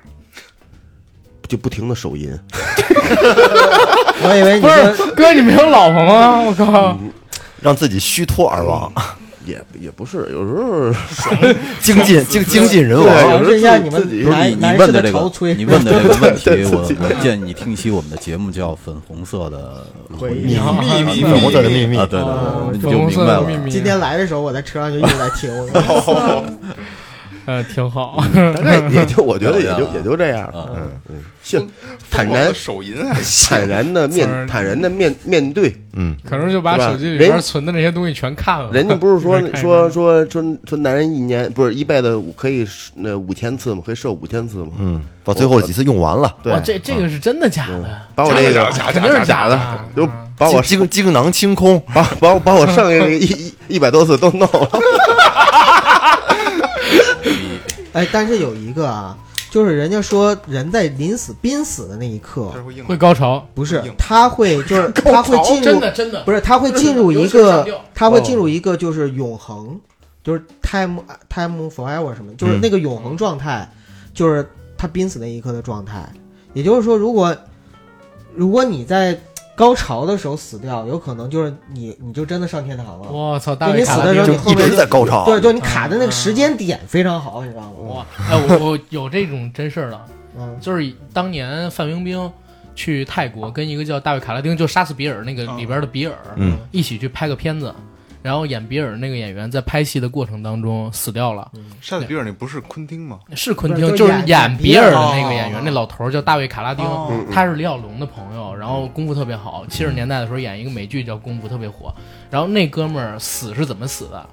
就不停的手淫，
我以为你
不
说
是哥，你没有老婆吗？我靠，
让自己虚脱而亡，
也也不是，嗯有时候
精进精精进人
对
亡，
有时候
尝试一下你
自己
们
不是你
男
你
男
问
士
的这
潮
个
吹，
你问的这个问
对
题，我
自己
我建议你听一期我们的节目叫《粉红色的回忆
秘
啊
密
秘密
粉红色的秘密
啊，对对对，
哦
你
粉
就
红
明
色
白
的秘
了。
密，
今天来的时候，我在车上就一直在听。
呃挺好，
大概也就我觉得也就也就这样，
啊
嗯嗯，现坦
疯狂
然
地手淫啊还行
坦然的面坦然的面面对，
嗯，
可能就把
对吧
手机里边
人
存的那些东西全看了。
人家不是说
没看
说说说说男人一年不是一辈子可以那五千次吗？可以射五千次吗？
嗯，把最后几次用完了，
对
哇，，这这个是真的假的？
把我这个
假
肯定是假的，
就把我
精精囊清空，
把把我把我剩下的一一一百多次都弄了。
哎，但是有一个啊，就是人家说人在临死濒死的那一刻，
这会硬
会高潮，
不是
硬
他会就是他会进
真
入
的真的
不是他会 进入一
尤其是上
个
吊
他会进入一个就是永恒，就是 time time forever 什么，就是
嗯
那个永恒状态，就是他濒死那一刻的状态。也就是说，如果如果你在高潮的时候死掉，有可能就是你你就真的上天堂了。
我操，大
就
卫
你
卡
死
拉
的
宾
时
就
候，你后
一
面
直在高潮，
对，就你卡的那个时间点非常好，你知道吗？
哇，哎，我我有这种真事儿了，
嗯，
就是当年范冰冰去泰国跟一个叫大卫卡拉丁，就杀死比尔那个里边的比尔，
嗯，
一起去拍个片子，然后演比尔那个演员在拍戏的过程当中死掉了，
扇子比尔那不是昆汀吗？
是昆
不
汀，
是
就
就是是
演
演
比尔的那个
比尔
演员
哦，
那老头儿叫大卫卡拉丁
哦，
他是李小龙的朋友，然后功夫特别好。七十年代的时候演一个美剧叫《功夫》特别火，然后那哥们儿死是怎么死的？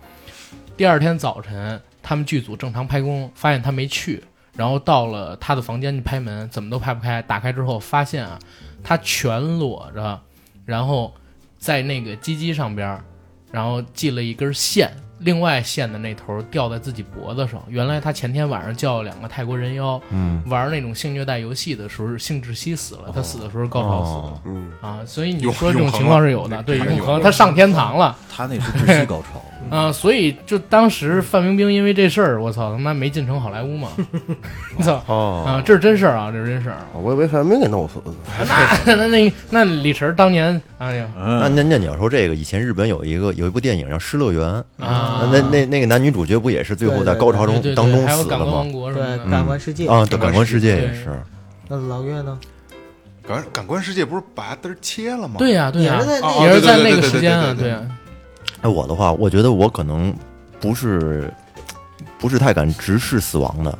第二天早晨，他们剧组正常拍工，发现他没去，然后到了他的房间去拍门，怎么都拍不开。打开之后发现啊，他全裸着，然后在那个鸡鸡上边儿，然后系了一根线，另外线的那头吊在自己脖子上。原来他前天晚上叫了两个泰国人妖，
嗯，
玩那种性虐待游戏的时候是性窒息死了，他死的时候是高潮死的。
哦
嗯，
啊，所以你
永
说这种
永恒
情况
了
是有的，
那
对，
太
永
有
恒，
了
他上天堂了，
他那是窒息高潮，
嗯
啊，所以就当时范冰冰因为这事儿，我操他妈没进城好莱 坞嘛，我操啊，
哦，
这是真事儿啊，这是真事儿。
我以为范冰给弄死了呢。
那那那那李晨当年，哎呀
那
嗯，
那那你要说这个，以前日本有一个有一部电影叫《失乐园》，
啊，
那那那个男女主角不也是最后在高潮
对
中
对对
当中
还有
死
感
了
官王
吗？
国什么
对，
的，
感官世界
哦
啊，对，感官世界也
对
是，
嗯那老岳呢？
感感官世界不是把嘚儿切了吗？
对呀对
也
呀
是，在
哦
那
也
对
是
对
在
对
那
对
个
对
时
对
间
对
啊，
对
对
对
啊，
哎，我的话，我觉得我可能不是不是太敢直视死亡的。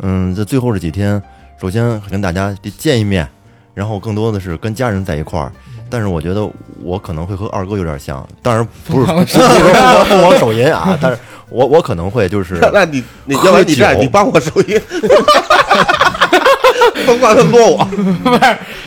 嗯，在最后这几天，首先跟大家见一面，然后更多的是跟家人在一块儿。
嗯
但是我觉得我可能会和二哥有点像，当然 不是不是说不往手淫啊，但是我我可能会就是
那你你
喝
要不然你这样，
酒
你帮我收音，甭管他多我。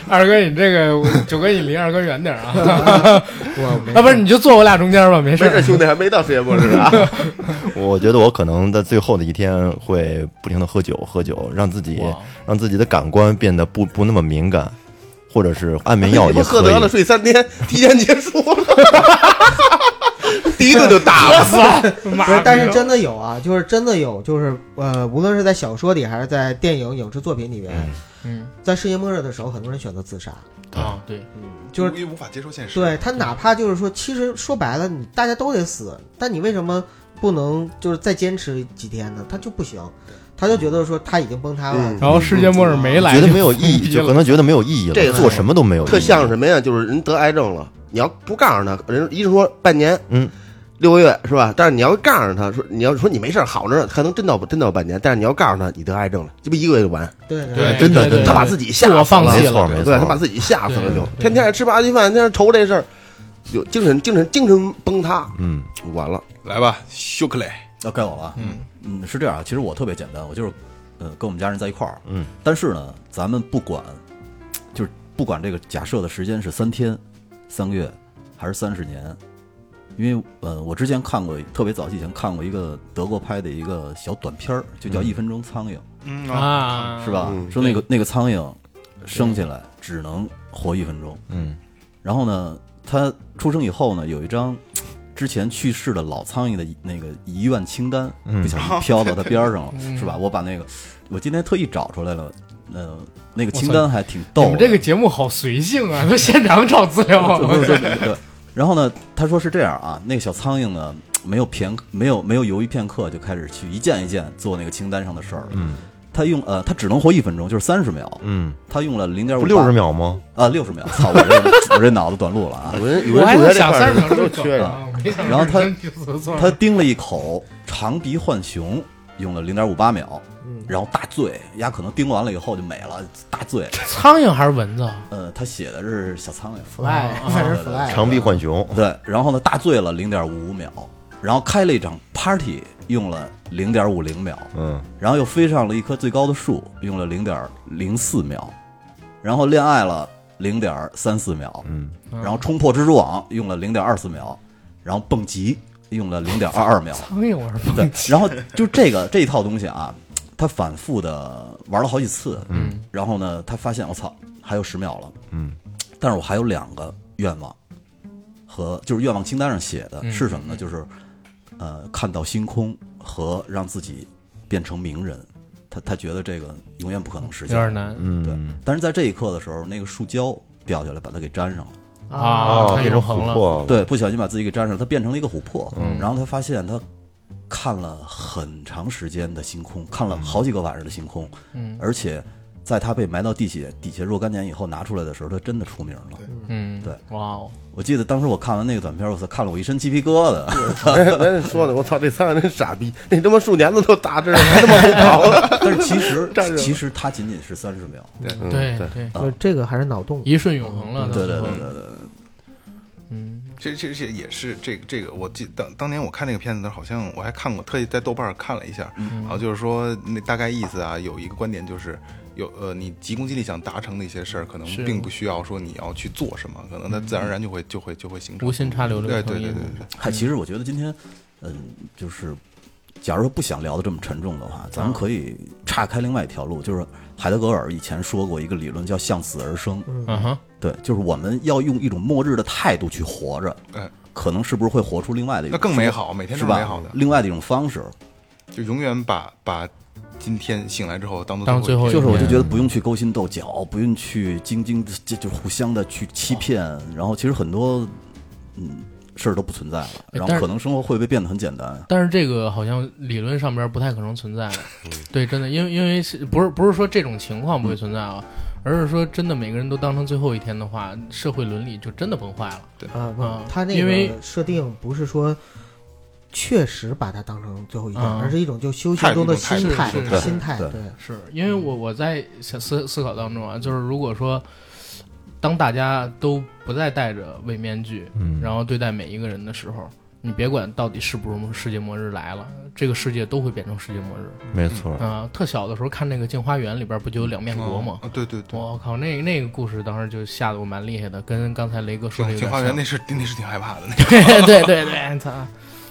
二哥你这个我就跟你离二哥远点儿啊，
我没
啊不是你就坐我俩中间吧，没事
没事，
儿，
兄弟还没到世界末日啊。
我觉得我可能在最后的一天会不停的喝酒，喝酒，让自己
哇
让自己的感官变得不不那么敏感，或者是安眠药
你
也
不 喝
可
得了，
以。
睡三天，提前结束了。第一顿就打了，
不是，但是真的有啊，就是真的有，就是呃，无论是在小说里还是在电影影视作品里边，
嗯
在世界末日的时候，很多人选择自杀。
啊对，
就是
无无法接受现实。
对他，哪怕就是说，其实说白了，你大家都得死，但你为什么不能就是再坚持几天呢？他就不行，他就觉得说他已经崩塌了。
嗯
然后世界末日没来，
觉得没有意义，
就
就可能觉得没有意义了，
这个
做什么都没有意
嗯
义。
特像什么呀？就是人得癌症了，你要不告诉他，人医生说半年，
嗯，
六个月是吧？但是你要告诉他说，你要说你没事儿好着呢，可能真到真到半年，但是你要告诉他你得癌症了，这不一个月就完，
对
对
对
真的
对对
真的
他把
对
自己吓
自我
死
放
了
弃
没错
了，
没错，
对他把自己吓死了
对
就，
对
天天吃不下鸡饭，天天愁这事儿，有精神精神精神崩塌，
嗯
完了，
来吧，休克雷，
要该我了，嗯嗯，是这样啊，其实我特别简单，我就是，呃，跟我们家人在一块儿，
嗯，
但是呢，咱们不管，就是不管这个假设的时间是三天、三个月还是三十年，因为呃，我之前看过特别早以前看过一个德国拍的一个小短片儿，就叫《一分钟苍蝇》，
嗯，
啊
是吧？
嗯
说那个那个苍蝇生下来只能活一分钟，
嗯
然后呢，他出生以后呢，有一张之前去世的老苍蝇的那个遗愿清单，
嗯
不小心飘到他边 儿上了，是吧？我把那个，我今天特意找出来了，呃，那个清单还挺
你
逗
们
的。
这个节目好随性啊，都现场找资料啊。
对对对对。然后呢，他说是这样啊，那个小苍蝇呢，没有片没有没有犹豫片刻，就开始去一件一件做那个清单上的事儿。
嗯
他用呃，他只能活一分钟，就是三十秒。
嗯，
他用了零点
不
五
六十秒吗？
啊，六十秒。 操，我这我这脑子短路了啊！
有人有
我
人
还
数
能
学这
想
块
三
儿
十秒
都
就
缺
了
着，
啊，没想到
然后他
真有错
他叮了一口长鼻浣熊，用了零点五八秒，然后大醉，鸭可能叮完了以后就没了，大醉。
苍蝇还是蚊子
呃，他写的是小苍蝇，啊
？fly
反正 fly
长臂浣熊，
对，然后呢，大醉了零点五五秒，然后开了一场 party，用了零点五零秒，
嗯
然后又飞上了一棵最高的树，用了零点零四秒，然后恋爱了零点三四秒，
嗯，
然后冲破蜘蛛网用了零点二四秒，然后蹦极用了零点二二秒。
苍蝇我是不
对，然后就这个这一套东西啊，他反复的玩了好几次，嗯，然后呢，他发现我操，还有十秒了，
嗯，
但是我还有两个愿望和就是愿望清单上写
嗯
的是什么呢？就是呃，看到星空和让自己变成名人，他他觉得这个永远不可能实
有
现，
点难
嗯
对。但是在这一刻的时候，那个树胶掉下来把它给粘上了。
啊，
哦
太
变成
永恒
琥
了。
珀了，
对，不小心把自己给粘上，他变成了一个琥珀。然后他发现他看了很长时间的星空，看了好几个晚上的星空，
嗯
而且在他被埋到地下底下若干年以后拿出来的时候，他真的出名了。
嗯，
对，
哇哦，
我记得当时我看完那个短片，我操，看了我一身鸡皮疙瘩。
咱咱说呢，我操，这苍蝇真傻逼，那他妈数年子都打这儿，还他妈不跑了。
但是其实
站着吧
其实他仅仅是三十秒。
嗯
对
对
对，
就是这个还是脑洞。
一瞬永恒了。
嗯对
到最
对对
后
对对对，
嗯，
这这这也是这个这个，我记当当年我看那个片子的时候，好像我还看过，特意在豆瓣上看了一下，
嗯
好像就是说那大概意思啊，有一个观点就是有呃，你急功近利想达成的一些事儿，可能
是
并不需要说你要去做什么，可能它自然而然就会就会就会形成
无。心插柳柳
对
成
对对
荫
对。对，
嗨，哎其实我觉得今天，嗯，就是，假如说不想聊的这么沉重的话，咱们可以岔开另外一条路，就是海德格尔以前说过一个理论叫向死而生，
嗯哼，
对，就是我们要用一种末日的态度去活着，
哎，
可能是不是会活出另外的一
那
种
更美好，每天
是
都是美
吧
好的？，
另外的一种方式，
就永远把把今天醒来之后当做
当最后一
就是我就
天
觉得不用去勾心斗角，不用去斤斤就就是互相的去欺骗，然后其实很多嗯事儿都不存在了，
哎
然
但
后
是
可能生活会不会变得很简单？啊
但是这个好像理论上边不太可能存在了。
嗯
对，真的，因为因为是不是不是说这种情况不会存在啊，而是说真的每个人都当成最后一天的话，社会伦理就真的崩坏了。
啊，
啊
不，他那
因为
个设定不是说确实把它当成最后一天，
啊
而是一种就修行中的
态
心
度
态
是是，
是
心态
对
对。
是因为我我在想思思考当中啊，就是如果说当大家都不再戴着伪面具，
嗯
然后对待每一个人的时候，你别管到底是不是世界末日来了，这个世界都会变成世界末日。
没
嗯
错，
啊，特小的时候看那个《镜花缘》里边不就有两面国吗？
啊，对对对，
我靠，那那个故事当时就吓得我蛮厉害的，跟刚才雷哥说的
挺
有
挺
点
花园
像
那。是那是挺害怕的，那
对 对对对，操，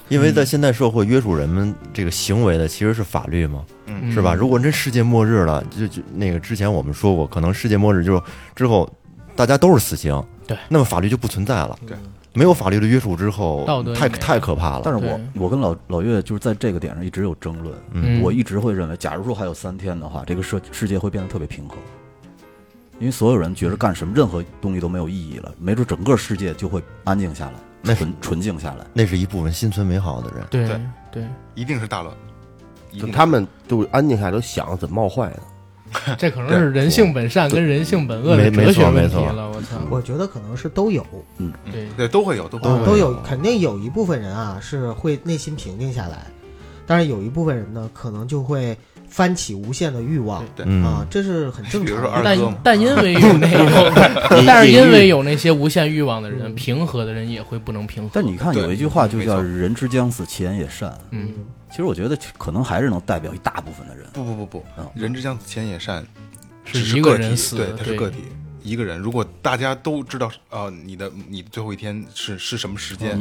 因为
嗯
在现代社会，约束人们这个行为的其实是法律嘛，
嗯
是吧？
嗯
如果真世界末日了，就就那个之前我们说过，可能世界末日就之后大家都是死刑，
对，
那么法律就不存在了，
对，
没有法律的约束之后
道德，也
太
没有
太可怕了。
但是
对
我我跟老老岳就是在这个点上一直有争论，
嗯
我一直会认为，假如说还有三天的话，这个世世界会变得特别平衡，因为所有人觉得干什么任何东西都没有意义了，没准整个世界就会安静下
那
来，纯纯净下来。
那是一部分心存美好的人，
对
对
对，
一定是大乱，一
就
定
他们就安静下来都想怎么冒坏呢？
这可能是人性本善跟人性本恶
没
的
没
哲学
错没
问题
错
了，我操，
我觉得可能是都有，
对
对都会有都会
啊
有
都有，肯定有一部分人啊是会内心平静下来，但是有一部分人呢，可能就会翻起无限的欲望啊
嗯，，
这是很正
比如
常
说二
的。
但
哥嘛
但因为有那种，但是因为有那些无限欲望的人，平和的人也会不能平和。
但你看
对
有一句话就
没
叫“
错
人之将死，其言也善
嗯，”，
其实我觉得可能还是能代表一大部分的人。
嗯
不不不不
啊，
人之将死，其言也善，
是
只是
一个
体
人死
对，他是
对
个体，一个人。如果大家都知道啊，你的你最后一天是是什么时间，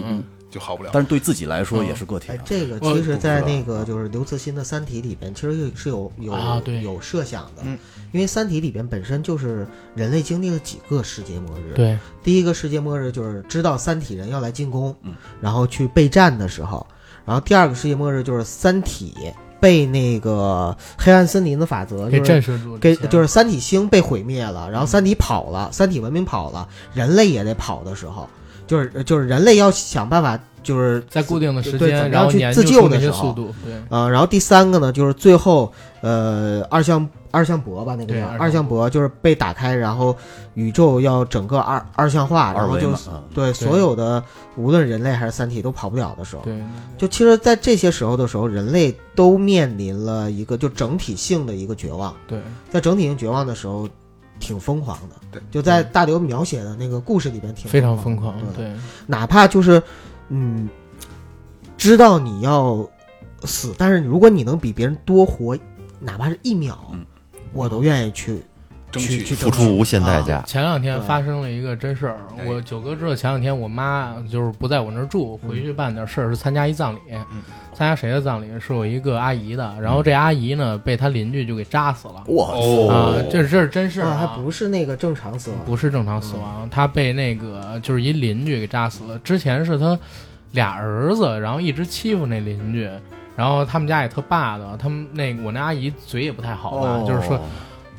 就好不了。
但是对自己来说也是个体
哎
啊，，
这个
我
其实，在那个就是刘慈欣的《三体》里边，其实也是有有、
啊对
有设想的，
嗯
因为《三体》里边本身就是人类经历了几个世界末日。，
对，
第一个世界末日就是知道三体人要来进攻，然后去备战的时候，然后第二个世界末日就是三体被那个黑暗森林的法则
给
就
震
是
慑住了
给
之前，
就是三体星被毁灭了，然后三体跑了，三体文明跑了，人类也得跑的时候，就是就是人类要想办法就是
在固定的时
对
间，
怎么
然
样
后
去
研
自
究
救
出
的
那些
时候
速度，对，
呃，然后第三个呢，就是最后呃二向二向箔吧，那个
对
叫
二
二
向
向箔，就是被打开，然后宇宙要整个二二向化，然
二
后
维
就
嘛
是
啊，
对所有的无论人类还是三体都跑不了的时候，
对，
就其实，在这些时候的时候，人类都面临了一个就整体性的一个绝望，
对，
在整体性绝望的时候，挺疯狂的，
对，
就在大刘描写的那个故事里边挺
非常
疯
疯狂
的，对，
对，
哪怕就是，嗯，知道你要死，但是如果你能比别人多活，哪怕是一秒，
嗯
我都愿意去
争
去去
取
付
争
出无限代价，
前两天
对
发生了一个真事儿，
哎
我九哥知道前两天我妈就是不在我那儿住，回去办点事儿，是参加一葬礼。
嗯
参加谁的葬礼？是我一个阿姨的。然后这阿姨呢，被她邻居就给扎死了。
哇
哦
塞，
啊，这这是真事儿
哦啊，嗯
啊，
还不是那个正常死亡，
不是正常死亡，她被那个就是一邻居给扎死了。之前是她俩儿子，然后一直欺负那邻居。然后他们家也特霸道，他们那我那阿姨嘴也不太好
哦
吧，就是说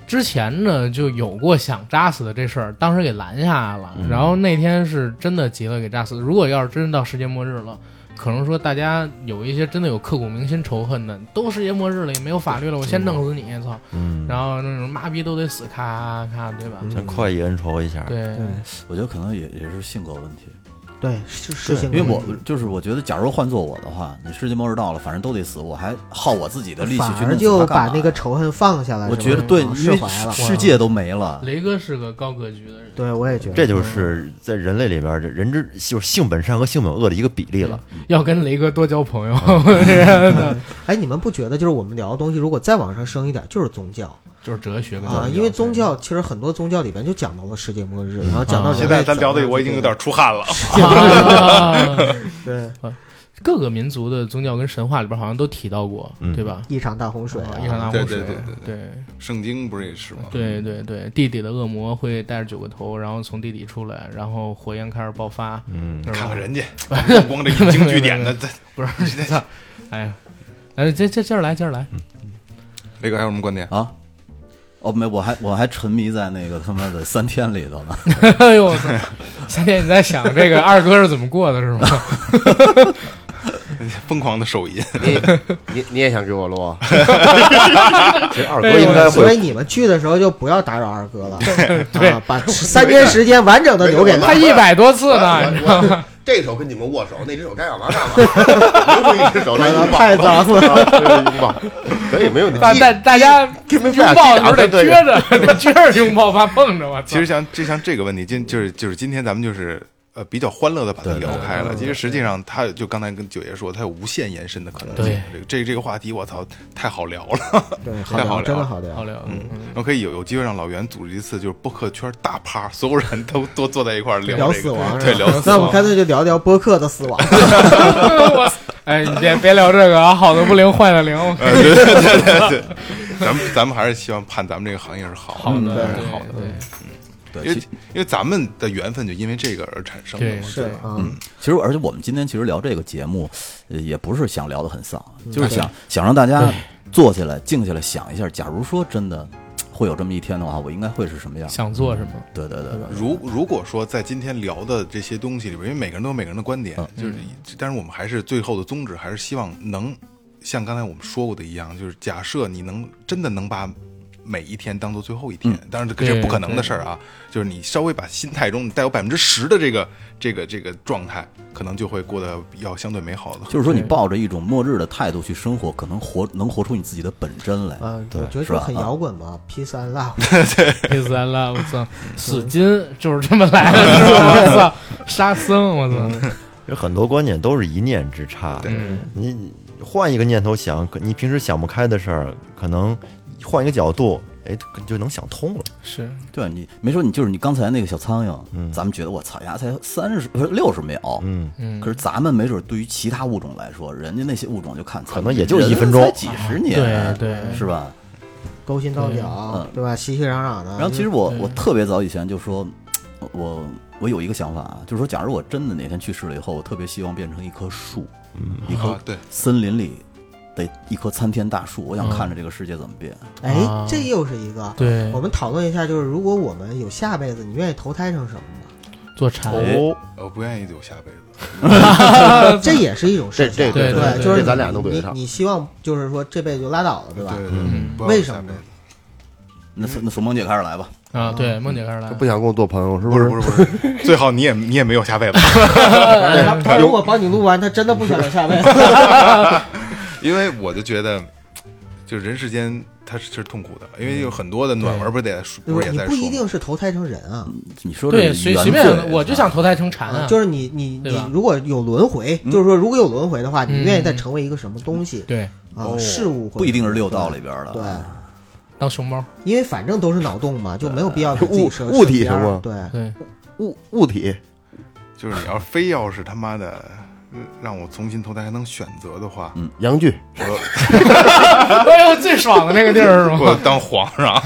之前呢就有过想扎死的这事儿，当时给拦下来
嗯
了。然后那天是真的急了给扎死。如果要是真到世界末日了，可能说大家有一些真的有刻骨铭心仇恨的，都世界末日了也没有法律了，我先弄死你，操！
嗯，
然后那种妈逼都得死，咔咔，对吧？
想快意恩仇一下，
对
嗯
对，
我觉得可能也也是性格问题，
对，是事情
因为我就是我觉得，假如换做我的话，你世界末日到了，反正都得死，我还耗我自己的力气
反
去
而
弄死
就
他干
把
嘛
那个仇恨放下了。
我
是
觉
吧
得对，
嗯
因
释
为
怀了。
世界都没了。
雷哥是个高格局的人，
对，我也觉得
这就是在人类里边儿，这人之就是性本善和性本恶的一个比例了。
要跟雷哥多交朋友。
嗯
哎，你们不觉得就是我们聊的东西，如果再往上升一点，就是宗教
就是哲学跟
啊？因为宗教其实很多宗教里边就讲到了世界末日，
嗯
然后讲到
啊
人
现
类
在咱
怎
聊
么
的
样
我已经有点出汗了。
啊
对
各个民族的宗教跟神话里边好像都提到过，
嗯
对吧？
一场大洪水
啊一场
啊，
大洪
对
水，
对对
对
圣经不是也是吗？
对对对，地底的恶魔会带着九个头，然后从地底出来，然后火焰开始爆发，
嗯，
是吧
看看人家，不光这一经据典 的，这
不是，操哎呀，哎，这这接着来，接着来，
雷哥还有什么观点？
啊。哦，没，我还我还沉迷在那个他妈的三天里头呢。
哎呦，我操！夏天你在想这个二哥是怎么过的，是吗？
疯狂的 手淫，
你你你也想给我录 啊？其实二
哦
哥应该
所
会
以你们去的时候就不要打扰二哥了，
对
啊，把三天时间完整的留给
他
他。
一百多次呢，你知道吗
我这手跟你们握手，那只手该干嘛干嘛， 留出一只手来拥抱，
太脏了
了， 拥抱，可以没问题。
大大大家
给没
拥抱的时候得撅着， 得撅着拥抱，怕碰着我操。
啊其实像就像这个问题，今就是就是今天咱们就是呃比较欢乐的把它聊开了。其实实际上，它就刚才跟九爷说，它有无限延伸的可能性
对。
这个这这个话题，我操，太好聊了。
对，好
太好
聊，
聊
真的好聊
好。聊，嗯
然后可以有有机会让老袁组织一次，就是播客圈大趴，所有人都都坐在一块儿聊
聊
这个
死亡，
对，聊 死
那我们
亡。
干脆就聊聊播客的死亡。
嗯
我哎，你别别聊这个啊，好的不灵，坏的灵。我
呃，对对对对对，咱们咱们还是希望盼咱们这个行业是好
好
的，
的，
是好的。
对，
因为
对，其
因为咱们的缘分就因为这个而产生的
对
嘛。
是啊，
其实，而且我们今天其实聊这个节目，呃也不是想聊得很丧，
嗯
就是想想让大家坐下来、静下来想一下，假如说真的会有这么一天的话，我应该会是什么样？
想做什么？
对对对对，
如如果说在今天聊的这些东西里边，因为每个人都有每个人的观点，就是，但是我们还是最后的宗旨，还是希望能像刚才我们说过的一样，就是假设你能真的能把每一天当做最后一天，当然这这
对
是不可能的事儿啊，就是你稍微把心态中你带有百分之十的这个这个这个状态，可能就会过得要相对美好的。
就是说你抱着一种末日的态度去生活，可能活能活出你自己的本真来。
啊，我觉得
是
就
吧
很摇滚嘛，Peace and Love。
佩斯安拉，我操，死金就是这么来的，是吧？我操，沙僧，我操，
有很多观点都是一念之差。
嗯，
你换一个念头想，可你平时想不开的事儿，可能换一个角度，哎，就能想通了。
是
对你没说你就是你刚才那个小苍蝇，咱们觉得我操呀，才三十不是六十秒，
嗯，
嗯
可是咱们没准对于其他物种来说，人家那些物种就看
可能也就是一分钟
人才几十年，
对对
是吧？
勾心斗角
嗯，
对吧？熙熙攘攘的。
然后其实我
对
我特别早以前就说，我我有一个想法啊，就是说，假如我真的哪天去世了以后，我特别希望变成一棵树，
嗯
一棵
啊，对，
森林里的一棵参天大树，我
嗯
想看着这个世界怎么变。
哎
啊，
这又是一个。
对
我们讨论一下，就是如果我们有下辈子，你愿意投胎成什么呢？
做茶，
哦，
我不愿意有下辈子。
这也是一种设
这这
想。
对
对对
就是
这咱俩都
你
对上
你你希望就是说这辈子就拉倒了，对吧
对？
嗯
对，不要有
为什
下
么
辈
呢
子
那从那从萌姐开始来吧，
啊，对，梦姐开始来
他，不想跟我做朋友，是
不是
是？
不是不 是，最好你也你也没有下辈子，
哎
他他如果帮你录完，他真的不想有下辈子。
因为我就觉得，就是人世间它是是痛苦的，因为有很多的暖文不是得说不是也
你
在
不
说
一
吗，
定是投胎成人啊，
你说这
对，
个
随
原
随便，
罪啊
我就想投胎成蝉啊，
就是你你
对
你
吧嗯
如果有轮回，就是说如果有轮回的话，你愿意再成为一个什么东西
对，
啊？事物或者
不一定是六道里边的，啊
对，
当熊猫，
因为反正都是脑洞嘛，就没有必要给自己
物
设
物体
设边
是
儿
吗
对，
对，
物物体，
就是你要非要是他妈的。嗯让我重新投胎还能选择的话，
嗯
阳具，
我
哎呦，最爽的那个地儿是吗？
我当皇 上，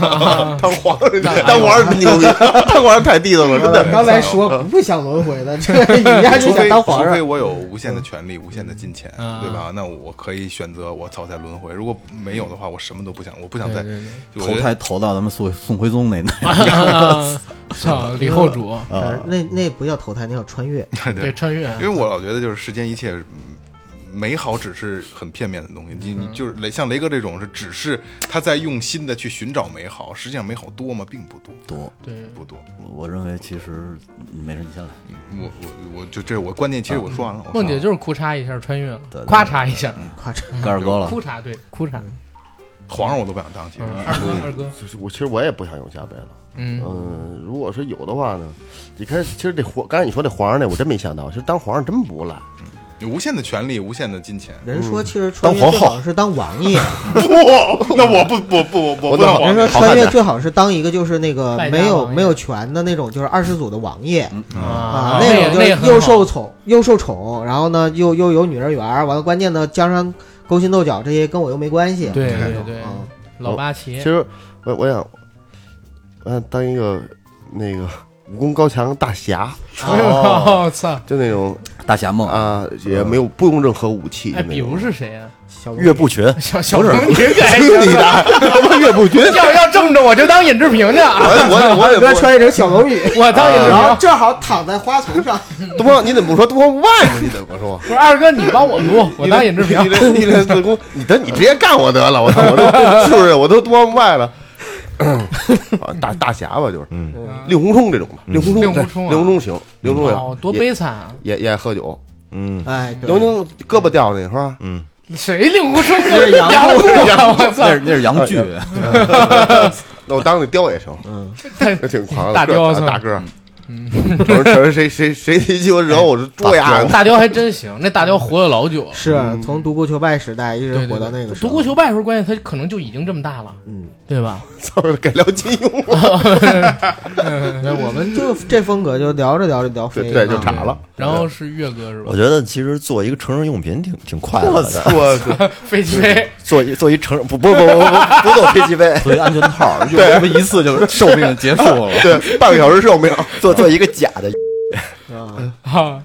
当皇上，当皇上真牛逼，当皇上太地道了，真的。
刚才说不想轮回的，这你家
嗯除
就想
非
当皇
除非
上，
我有无限的权利、无限的金钱，
嗯
对吧？那我可以选择我操在轮回。如果没有的话，我什么都不想，我不想再
对对
就我觉
投
得
胎投到咱们宋宋徽宗那那，
啊操，李后主，
呃那那不叫投胎，那叫穿越。
对，穿越，
因为我老觉得就是世间一切嗯美好只是很片面的东西。你
嗯
你就是雷，像雷哥这种是只是他在用心的去寻找美好，实际上美好多吗？并不多，
多。
对，
不多。嗯
我我认为其实没事，你先来。
我我我就这我观点，其实我说完了。我
梦姐
说
就是哭嚓一下穿越了
对，对
咔嚓一下，
夸张。
该二哥了，
哭嚓对，哭嚓。
皇上我都不想当，其实
嗯，二哥二哥，
就是我其实我也不想用加倍了。
嗯
嗯，如果是有的话呢，一开始其实这皇，刚才你说这皇上那，我真没想到，其实当皇上真 不赖。
有无限的权利，无限的金钱。
人说其实穿越
当
最
皇后
好是当王爷，
不，那我不不不不
我
不当
懂
皇上。
人说
好看
穿越
点
最好是当一个就是那个
败家
没有
王爷
没有权的那种，就是二世祖的王爷
嗯
嗯
啊，
那
那
也
种
那也很
就又
好
受宠又受宠，然后呢又又有女人缘儿，完了关键呢加上勾心斗角这些跟我又没关系，
对
这
对
种
对
嗯，
老八
其
旗，
实我我想，我想当一个那个武功高强大侠，
哎呦我操！
就那种
大侠梦，
啊，也没有不用任何武器
哎，
的
比
那
如
种。
是谁啊？
小
岳不群，
小小鹏，你可还行
你的，岳不群，
要要这么着，我就当尹志平去啊！
我我也
哥穿越成小龙女，
我当尹志
然
平
后。正好躺在花丛 上，
东方，你怎么不说东方不败呢？你怎么说？
不是二哥，你帮我读，我当尹志平
你。这你这自宫，你等你直接干我得了，我操，我都是不是？我都东方不败了，啊大大侠吧，就是
嗯，
令狐冲这种吧，令狐冲，
令狐冲啊
令狐冲行，令狐冲
哦
行，，
多
也
悲惨啊！
也也爱喝酒，
嗯
哎，对
令狐冲胳膊掉那是吧？
谁令狐冲啊？
这是杨
杨过啊！我操
那！ 是那是杨剧，
呃
那我当那雕也行，
嗯，
那挺狂的，
大雕
个
是吧
大个儿。 嗯，我说谁谁谁谁鸡巴惹我，我就跺牙！
大雕还真行，那大雕活了老久了。
是从独孤求败时代一直
对对
活到那个
对
时
独
候
孤，求败的时候，关键他可能就已经这么大了，
嗯，
对吧？
操，改聊金庸了，
那我们就这风格就聊着聊着聊飞
对
了，啊
对，就岔了。
然后是岳哥是吧
我？觉得其实做一个成人用品挺挺快乐的，
我操，
飞机杯，
做一做一成人不不不不不不做飞机杯，
所以安全套 用他们一次就寿命结 束了。
对， 半个小时寿命，
做做一个假的，
啊，
啊，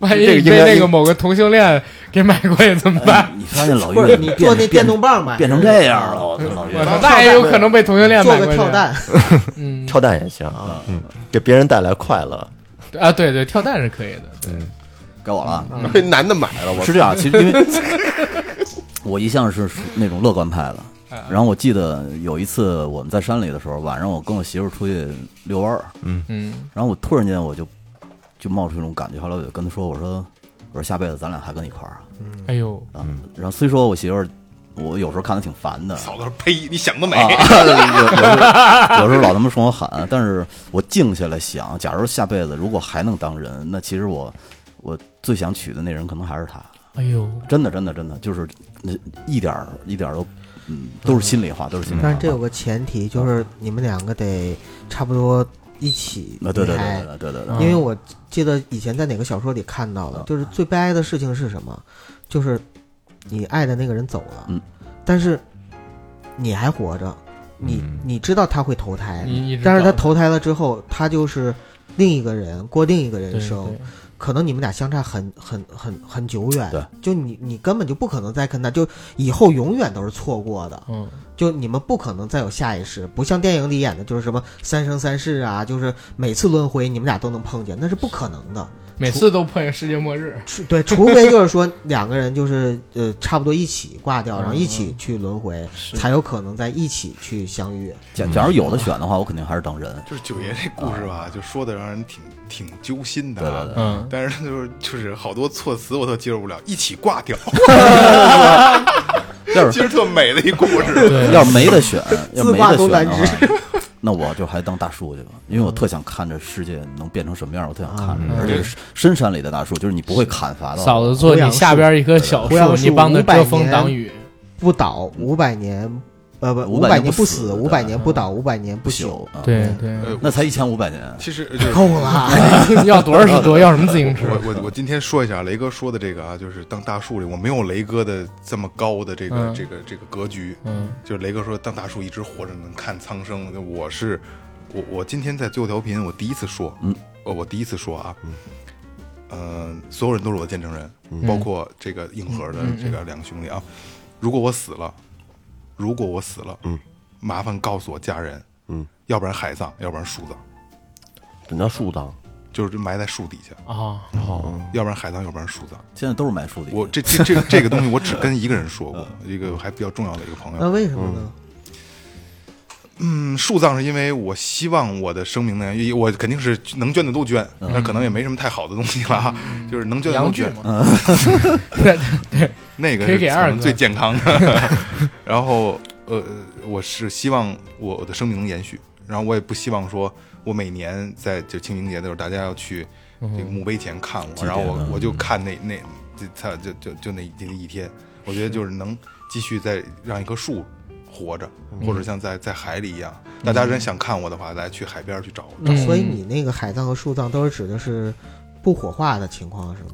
万一
这个
你
应
被
该
那个某个同性恋给买过去怎么办？
你发现老
或者
岳
你
变
做那电动嗯棒吧，
变成这样了，我操，老
我
岳
操，那也有可能被同性恋
做
啊买过
个
去。
跳蛋，
嗯，
跳蛋也行，
啊
嗯，给别人带来快乐，
啊，对对，跳蛋是可以的。
该我了啊。
嗯
那男的买了，我
是这样，其实 因为我一向是属那种乐观派的。
嗯
然后我记得有一次我们在山里的时候，晚上我跟我媳妇儿出去遛弯儿，
嗯，
然后我突然间我就就冒出一种感觉，后来我就跟她说：“我说我说下辈子咱俩还跟一块儿啊。
哎呦，”
啊，
嗯
然后虽说我媳妇儿，我有时候看她挺烦的，
嫂子说呸，你想得美
啊，。有有时候有时候老他妈冲我喊，但是我静下来想，假如下辈子如果还能当人，那其实我我最想娶的那人可能还是他。
哎呦，
真的，真的，真的，就是那一点儿一点儿都，嗯，都是心里话，都是心里话。
但是这有个前提，就是你们两个得差不多一起
啊，对对对
离开
对对对对，
啊
嗯
因为我记得以前在哪个小说里看到的，就是最悲哀的事情是什么？就是你爱的那个人走了，
嗯
但是你还活着，你
嗯
你知道他会投胎，
你你知
但是他
道
投胎了之后，他就是另一个人，过另一个
对
人
对
生，可能你们俩相差很很很很久远，
对，
就你你根本就不可能再跟他，就以后永远都是错过的，
嗯，
就你们不可能再有下一世，不像电影里演的，就是什么三生三世啊，就是每次轮回你们俩都能碰见，那是不可能的。
每次都碰见世界末日。
除对，除非就是说两个人就是呃差不多一起挂掉，然后一起去轮回，才有可能在一起去相遇。
假假如有的选的话，我肯定还是当人。
就是九爷这故事吧，就说的让人挺挺揪心的
对对
啊。
对，
嗯，
但是就是就是好多措辞我都接受不了，一起挂掉，
要
其实
是
特美的一故 事。
对，
要是没得选，要
自
没
挂
得
东
选
南
的话， 那我就还当大树去吧，因为我特想看这世界能变成什么样，我特
啊
想看着，而且是深山里的大树，就是你不会砍伐到。
嗯嫂子做你下边一棵小
胡杨
树，
树
你帮他遮风挡雨。
不倒五百年，呃不，
500
百年
年
不
不
死，
死
五百年不倒，五百年不
不
朽
朽。，啊
对对，
呃
那才一千五百年，啊
其实就是
够了，
要多少是多，要什么自行 车？
我我我今天说一下雷哥说的这个啊，就是当大树里，我没有雷哥的这么高的这个、
嗯
这个这个格局。
嗯，
就是雷哥说当大树一直活着能看苍生，我是我我今天在最后调频我第一次说，
嗯，
我我第一次说啊，嗯，呃，所有人都是我的见证人，包括这个硬核的这个两个兄弟啊。如果我死了，如果我死了，嗯，麻烦告诉我家人，嗯，要不然海葬，要不然树葬。
怎叫树葬？
就是埋在树底下，嗯
啊，
哦，
要不然海葬，要不然树葬。
现在都是埋树底下。
我这这这个这个东西，我只跟一个人说过，一个还比较重要的一个朋
那
友。
为什么呢？
嗯，树葬是因为我希望我的生命能，我肯定是能捐的都捐，那可能也没什么太好的东西了啊，就是能捐的都
洋剧
捐。
嘛， 对对，
那个
可以
是
给
可
二
能
哥
最健康的。 然后呃，我是希望我的生命能延续，然后我也不希望说我每年在就清明节的时候，大家要去
嗯
这个墓碑前看我，
祭奠
啊
然后我
嗯
我就看那那这他就就就那那一天，我觉得就是能继续再让一棵树。活着，
嗯
或者像在在海里一样，大家真想看我的话，来去海边 去找我。
所以你那个海葬和树葬都是指的是不火化的情况，是吗？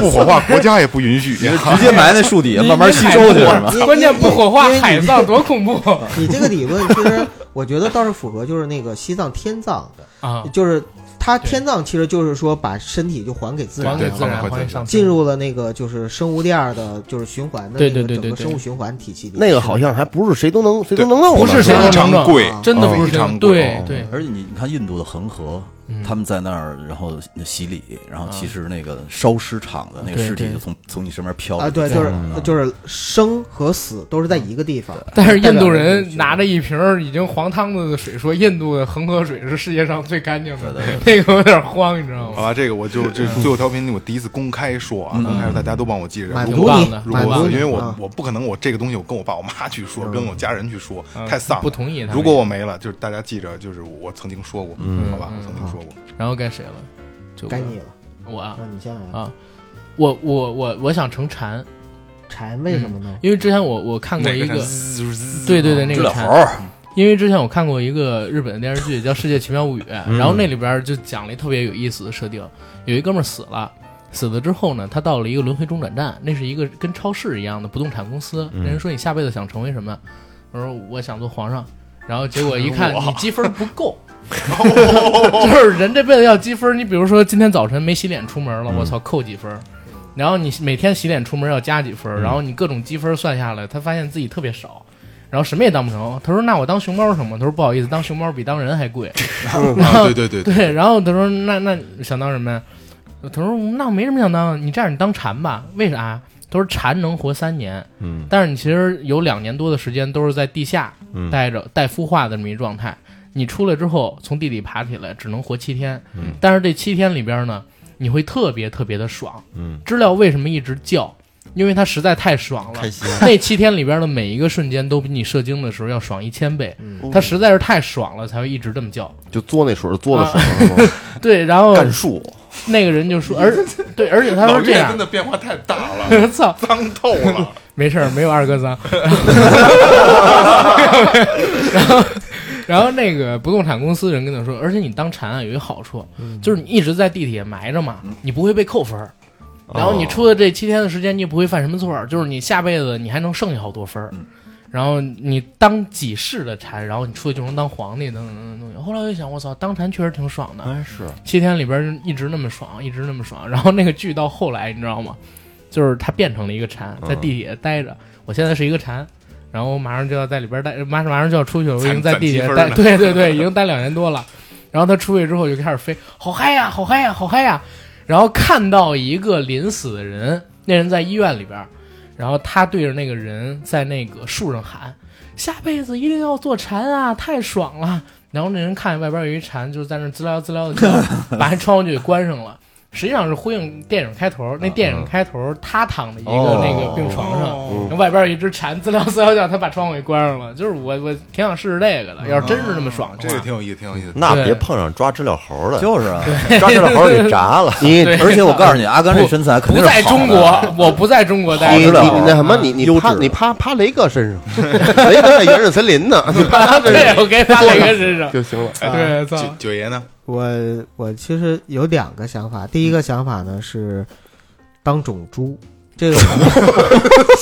不火化，国家也不允许。
直接埋在树底下，慢慢吸收去是吗？
关键不火化
因为你
海葬多恐怖
你这个理论其实我觉得倒是符合，就是那个西藏天葬，
啊！
就是它
对
天葬其实就是说把身体就还给自然
还
对
给
对
自
放
然，
回
还给
自
上
进入了那个就是生物链儿的，就是循环的
对对
那个
对
整
对
个
对
生物循环体系里。
那个好像还不是谁都能谁都能弄的，
不是谁都
非
能
常
弄
贵，
真的不是
非常贵
哦对对，
而且你你看印度的恒河
嗯，啊
他们在那儿，然后洗礼，然后其实那个烧尸场的那个
对
尸体
对
就从从你身边飘
啊，对，
着
就是
嗯
就是生和死都是在一个地方。
但是印度人拿着一瓶儿已经黄汤子的水说印度的恒河水是世界上最干净的，那个有点慌，你知道
好
吗？
吧，这个我就
嗯
这最后调频，我第一次公开说啊，
嗯
公开说大家都帮我记着。
满
如
挺
足
果
棒
你
的，
如
满
果
足你嗯
因为我
啊
我不可能我这个东西我跟我爸我妈去说，跟我家人去说，太丧
嗯啊不
了。
同意他们。
如果我没了，就是大家记着，就是我曾经说过，
嗯
好吧，
嗯
我曾经说过。
然后该谁了？就我
该你了，
我啊
那你先来。
啊！我我我我想成蝉，
蝉为什么呢？
因为之前我我看过
哪
一
个
个，
是？
对对对，那
知
个
了
蝉
猴儿，
因为之前我看过一个日本的电视剧叫《世界奇妙物语》，然后那里边就讲了一特别有意思的设定，有一哥们儿死了。死了之后呢，他到了一个轮回中转站，那是一个跟超市一样的不动产公司。那人说你下辈子想成为什么？我说我想做皇上。然后结果一看你积分不 够，就是人这辈子要积分。你比如说今天早晨没洗脸出门了，我操扣几分。然后你每天洗脸出门要加几分，然后你各种积分算下来，他发现自己特别少，然后什么也当不成。他说：“那我当熊猫什么？”他说：“不好意思，当熊猫比当人还贵。然
啊，
后
对 对对，
对，然后他说：“那那你想当什么呀？”他说：“那我没什么想当，你这样你当蝉吧？为啥？”他说：“蝉能活三年，
嗯
但是你其实有两年多的时间都是在地下
嗯
待着，待孵化的这么一状态。你出来之后，从地里爬起来，只能活七天。
嗯
但是这七天里边呢，你会特别特别的爽。
嗯，
知了为什么一直叫？因为它实在太爽了。
开心，
那七天里边的每一个瞬间都比你射精的时候要爽一千倍，它实在是太爽了，才会一直这么叫。
就嘬那水儿嘬的水儿是 吧，
对，然后
干树，
那个人就说，而对，而且他
老
说这
岳
样
真，的变化太大了，
我 操，
脏透了。
没事儿，没有二哥脏。然后，然后那个不动产公司人跟他说，而且你当蝉啊有一好处，就是你一直在地铁埋着嘛，你不会被扣分儿。然后你出的这七天的时间，你也不会犯什么错儿，就是你下辈子你还能剩下好多分儿。然后你当几世的蝉，然后你出去就能当皇帝，等等等等东西。后来我就想，我操，当蝉确实挺爽的，
哎是，
七天里边一直那么爽，一直那么爽。 然后那个剧到后来，你知道吗？就是他变成了一个蝉，在
嗯
地铁待着。我现在是一个蝉，然后我马上就要在里边待，马上马上就要出去了，我已经在地铁
攒
待，
攒积
对对对，已经待两年多了。然后他出去之后就开始飞，好嗨呀，好嗨呀，好嗨呀。然后看到一个临死的人，那人在医院里边，然后他对着那个人在那个树上喊：“下辈子一定要做蝉啊，太爽了！”然后那人看见外边有一蝉，就是在那滋撩滋 撩的叫，把那窗户就给关上了。实际上是呼应电影开头，
嗯
那电影开头他躺在一个
哦
那个病床上，
哦
然后外边有一只蝉滋撩滋撩叫，他把窗户给关上了。就是我我挺想试试这个的，要是真是那么爽
哦
这
的
个
话，
挺有意思，挺有意思。
那
对
别碰上抓知了猴了，
就是啊。
抓知了猴给炸了，
你
对
而且我告诉你，阿甘这身材肯定
不
是
在
好的
中国，我不在中国待
你
知
你
了
着。
你那
啊
什么，你你趴你趴趴雷哥身上，雷哥在原始森林呢，你趴他身
对，
上
我给发雷哥身上。
就行了。
哎
对，操，
九九爷呢？
我我其实有两个想法，第一个想法呢是当种猪， 这个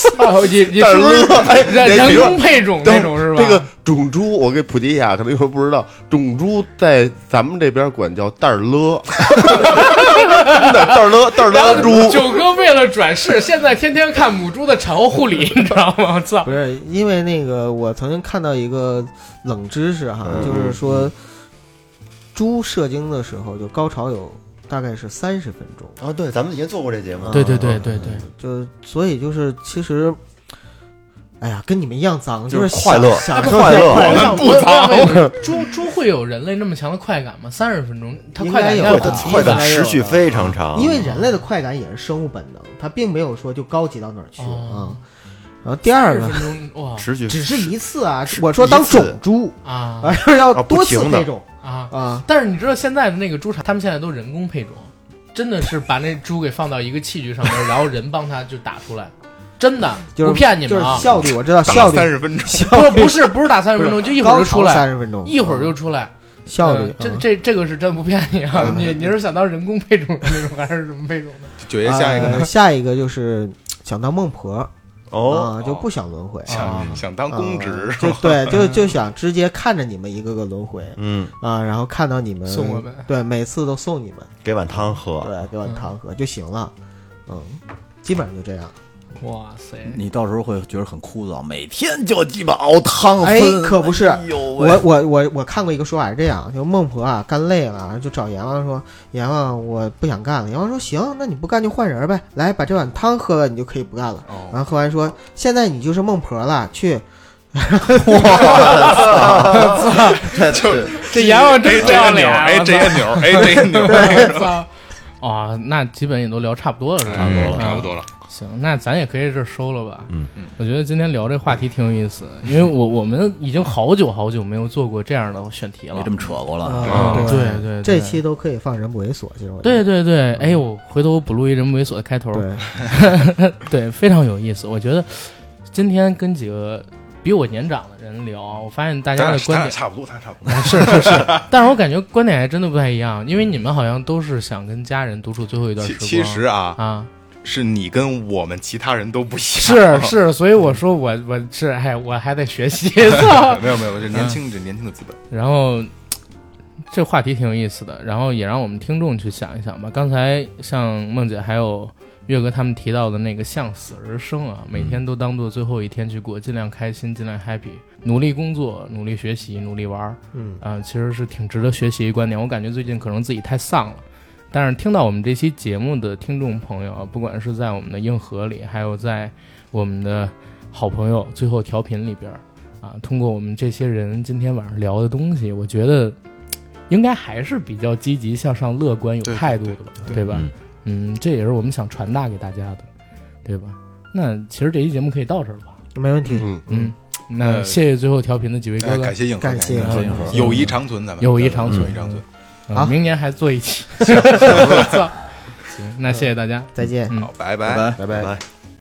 操你你是不是
哎，
人
哎比
人
如
工配种那种是吧？
这个种猪，我给普及一下，可能有人不知道，种猪在咱们这边管叫蛋儿 勒，真的蛋儿勒蛋儿勒 猪，
九哥为了转世，现在天天看母猪的产后护理， 你知道吗？我操
不！是因为
嗯
那个我曾经看到一个冷知识哈，就是说猪射精的时候，就高潮有大概是三十分钟，
啊，对，咱们以前做过这节目，
对对对对对，
就所以就是其实，哎呀，跟你们一样脏，
就是
是
快乐
享
快
受在
乐
快
我
乐
们
上
不
啊
脏。猪猪会有人类那么强的快感吗？三十分钟，它快感
应该
要
有
对，
的
它
很
快感持续非常长，
因为人类的快感也是生物本能，它并没有说就高级到哪儿去啊、
哦
然后第二
30
个，
分钟哇
持续
只是一次啊，我说当
一次
种猪
啊
啊，是 要
啊不
多次
停的
配种
啊！
啊。
但是你知道现在的那个猪场，他们现在都人工配种，真的是把那猪给放到一个器具上面，然后人帮它就打出来，真的
就是
不骗你
就
们
是
啊！
效率，我知道
等
效率
三十分钟，
不是不是不是打三十分钟，就一会儿就出来，
三十分钟，啊
一会儿就出来。
效率
呃。这
嗯
这这个是真不骗你啊！你你是想当人工配种的那种，还是什么配种的？
九爷下一个呢
呃？下一个就是想当孟婆
哦
啊，，就不想轮回，
哦想想当公职
啊，就对，就就想直接看着你们一个个轮回
嗯，
啊，然后看到你们
送我们
对，每次都送你们，
给碗汤喝，
对，给碗糖喝就行了，嗯，基本上就这样。
哇塞！
你到时候会觉得很枯燥，每天就鸡巴熬
啊
汤
哎
哦分，
可不是
哎呦喂
我我我我看过一个说法是这样，就孟婆啊干累了，就找阎王说：“阎王，我不想干了。”阎王说：“行，那你不干就换人呗，来把这碗汤喝了，你就可以不干了。”
哦
然后喝完说：“现在你就是孟婆了，去。
这阎王真
哎，
不
这
要
按钮，
脸啊，
哎，这按钮，哎，这按钮，
我操！啊，那基本也都聊差不多了，是吧？
差不多了
嗯
差不多了。
行，那咱也可以这儿收了吧。
嗯，
我觉得今天聊这话题挺有意思，因为我我们已经好久好久没有做过这样的选题了
没这。么扯过了。
啊
嗯对对对
这期都可以放人不猥琐，其实我觉
对
得
对对，哎呦，回头补录一人猥琐的开头，
对，
对，非常有意思。我觉得今天跟几个比我年长的人聊，我发现大
咱
家
俩
的
咱
观
俩
点
差不多，咱俩差不多。
是是是，但是我感觉观点还真的不太一样，因为你们好像都是想跟家人独处最后一段时
其
光。
其实啊，哦
啊，
是你跟我们其他人都不一
是
样。
是，所以我说我我是哎，我还得学习。 操
没有没有，这年轻这年轻的资本。
然后这话题挺有意思的，然后也让我们听众去想一想吧。刚才像梦姐还有岳哥他们提到的那个向死而生啊，每天都当做最后一天去过，尽量开心，尽量 happy，努力工作，努力学习，努力玩儿。
嗯，
啊、其实是挺值得学习一观点。我感觉最近可能自己太丧了，但是听到我们这期节目的听众朋友啊，不管是在我们的硬核里，还有在我们的好朋友最后调频里边儿啊，通过我们这些人今天晚上聊的东西，我觉得嘖应该还是比较积极向上、乐观、有
对
态度的吧，对吧？嗯，这也是我们想传达给大家的，对吧？那其实这期节目可以到这儿了吧？
没问题。
嗯，
嗯，那
呃
谢谢最后调频的几位哥
哎，
哥，
感谢硬核，
感谢
嗯
谢硬核
友谊长存，咱们
友谊长存
友谊长存。
嗯
好
明年还做一期。我操行，那谢谢大家。
再见。
嗯
好，拜
拜
拜。
拜。
拜拜。
来。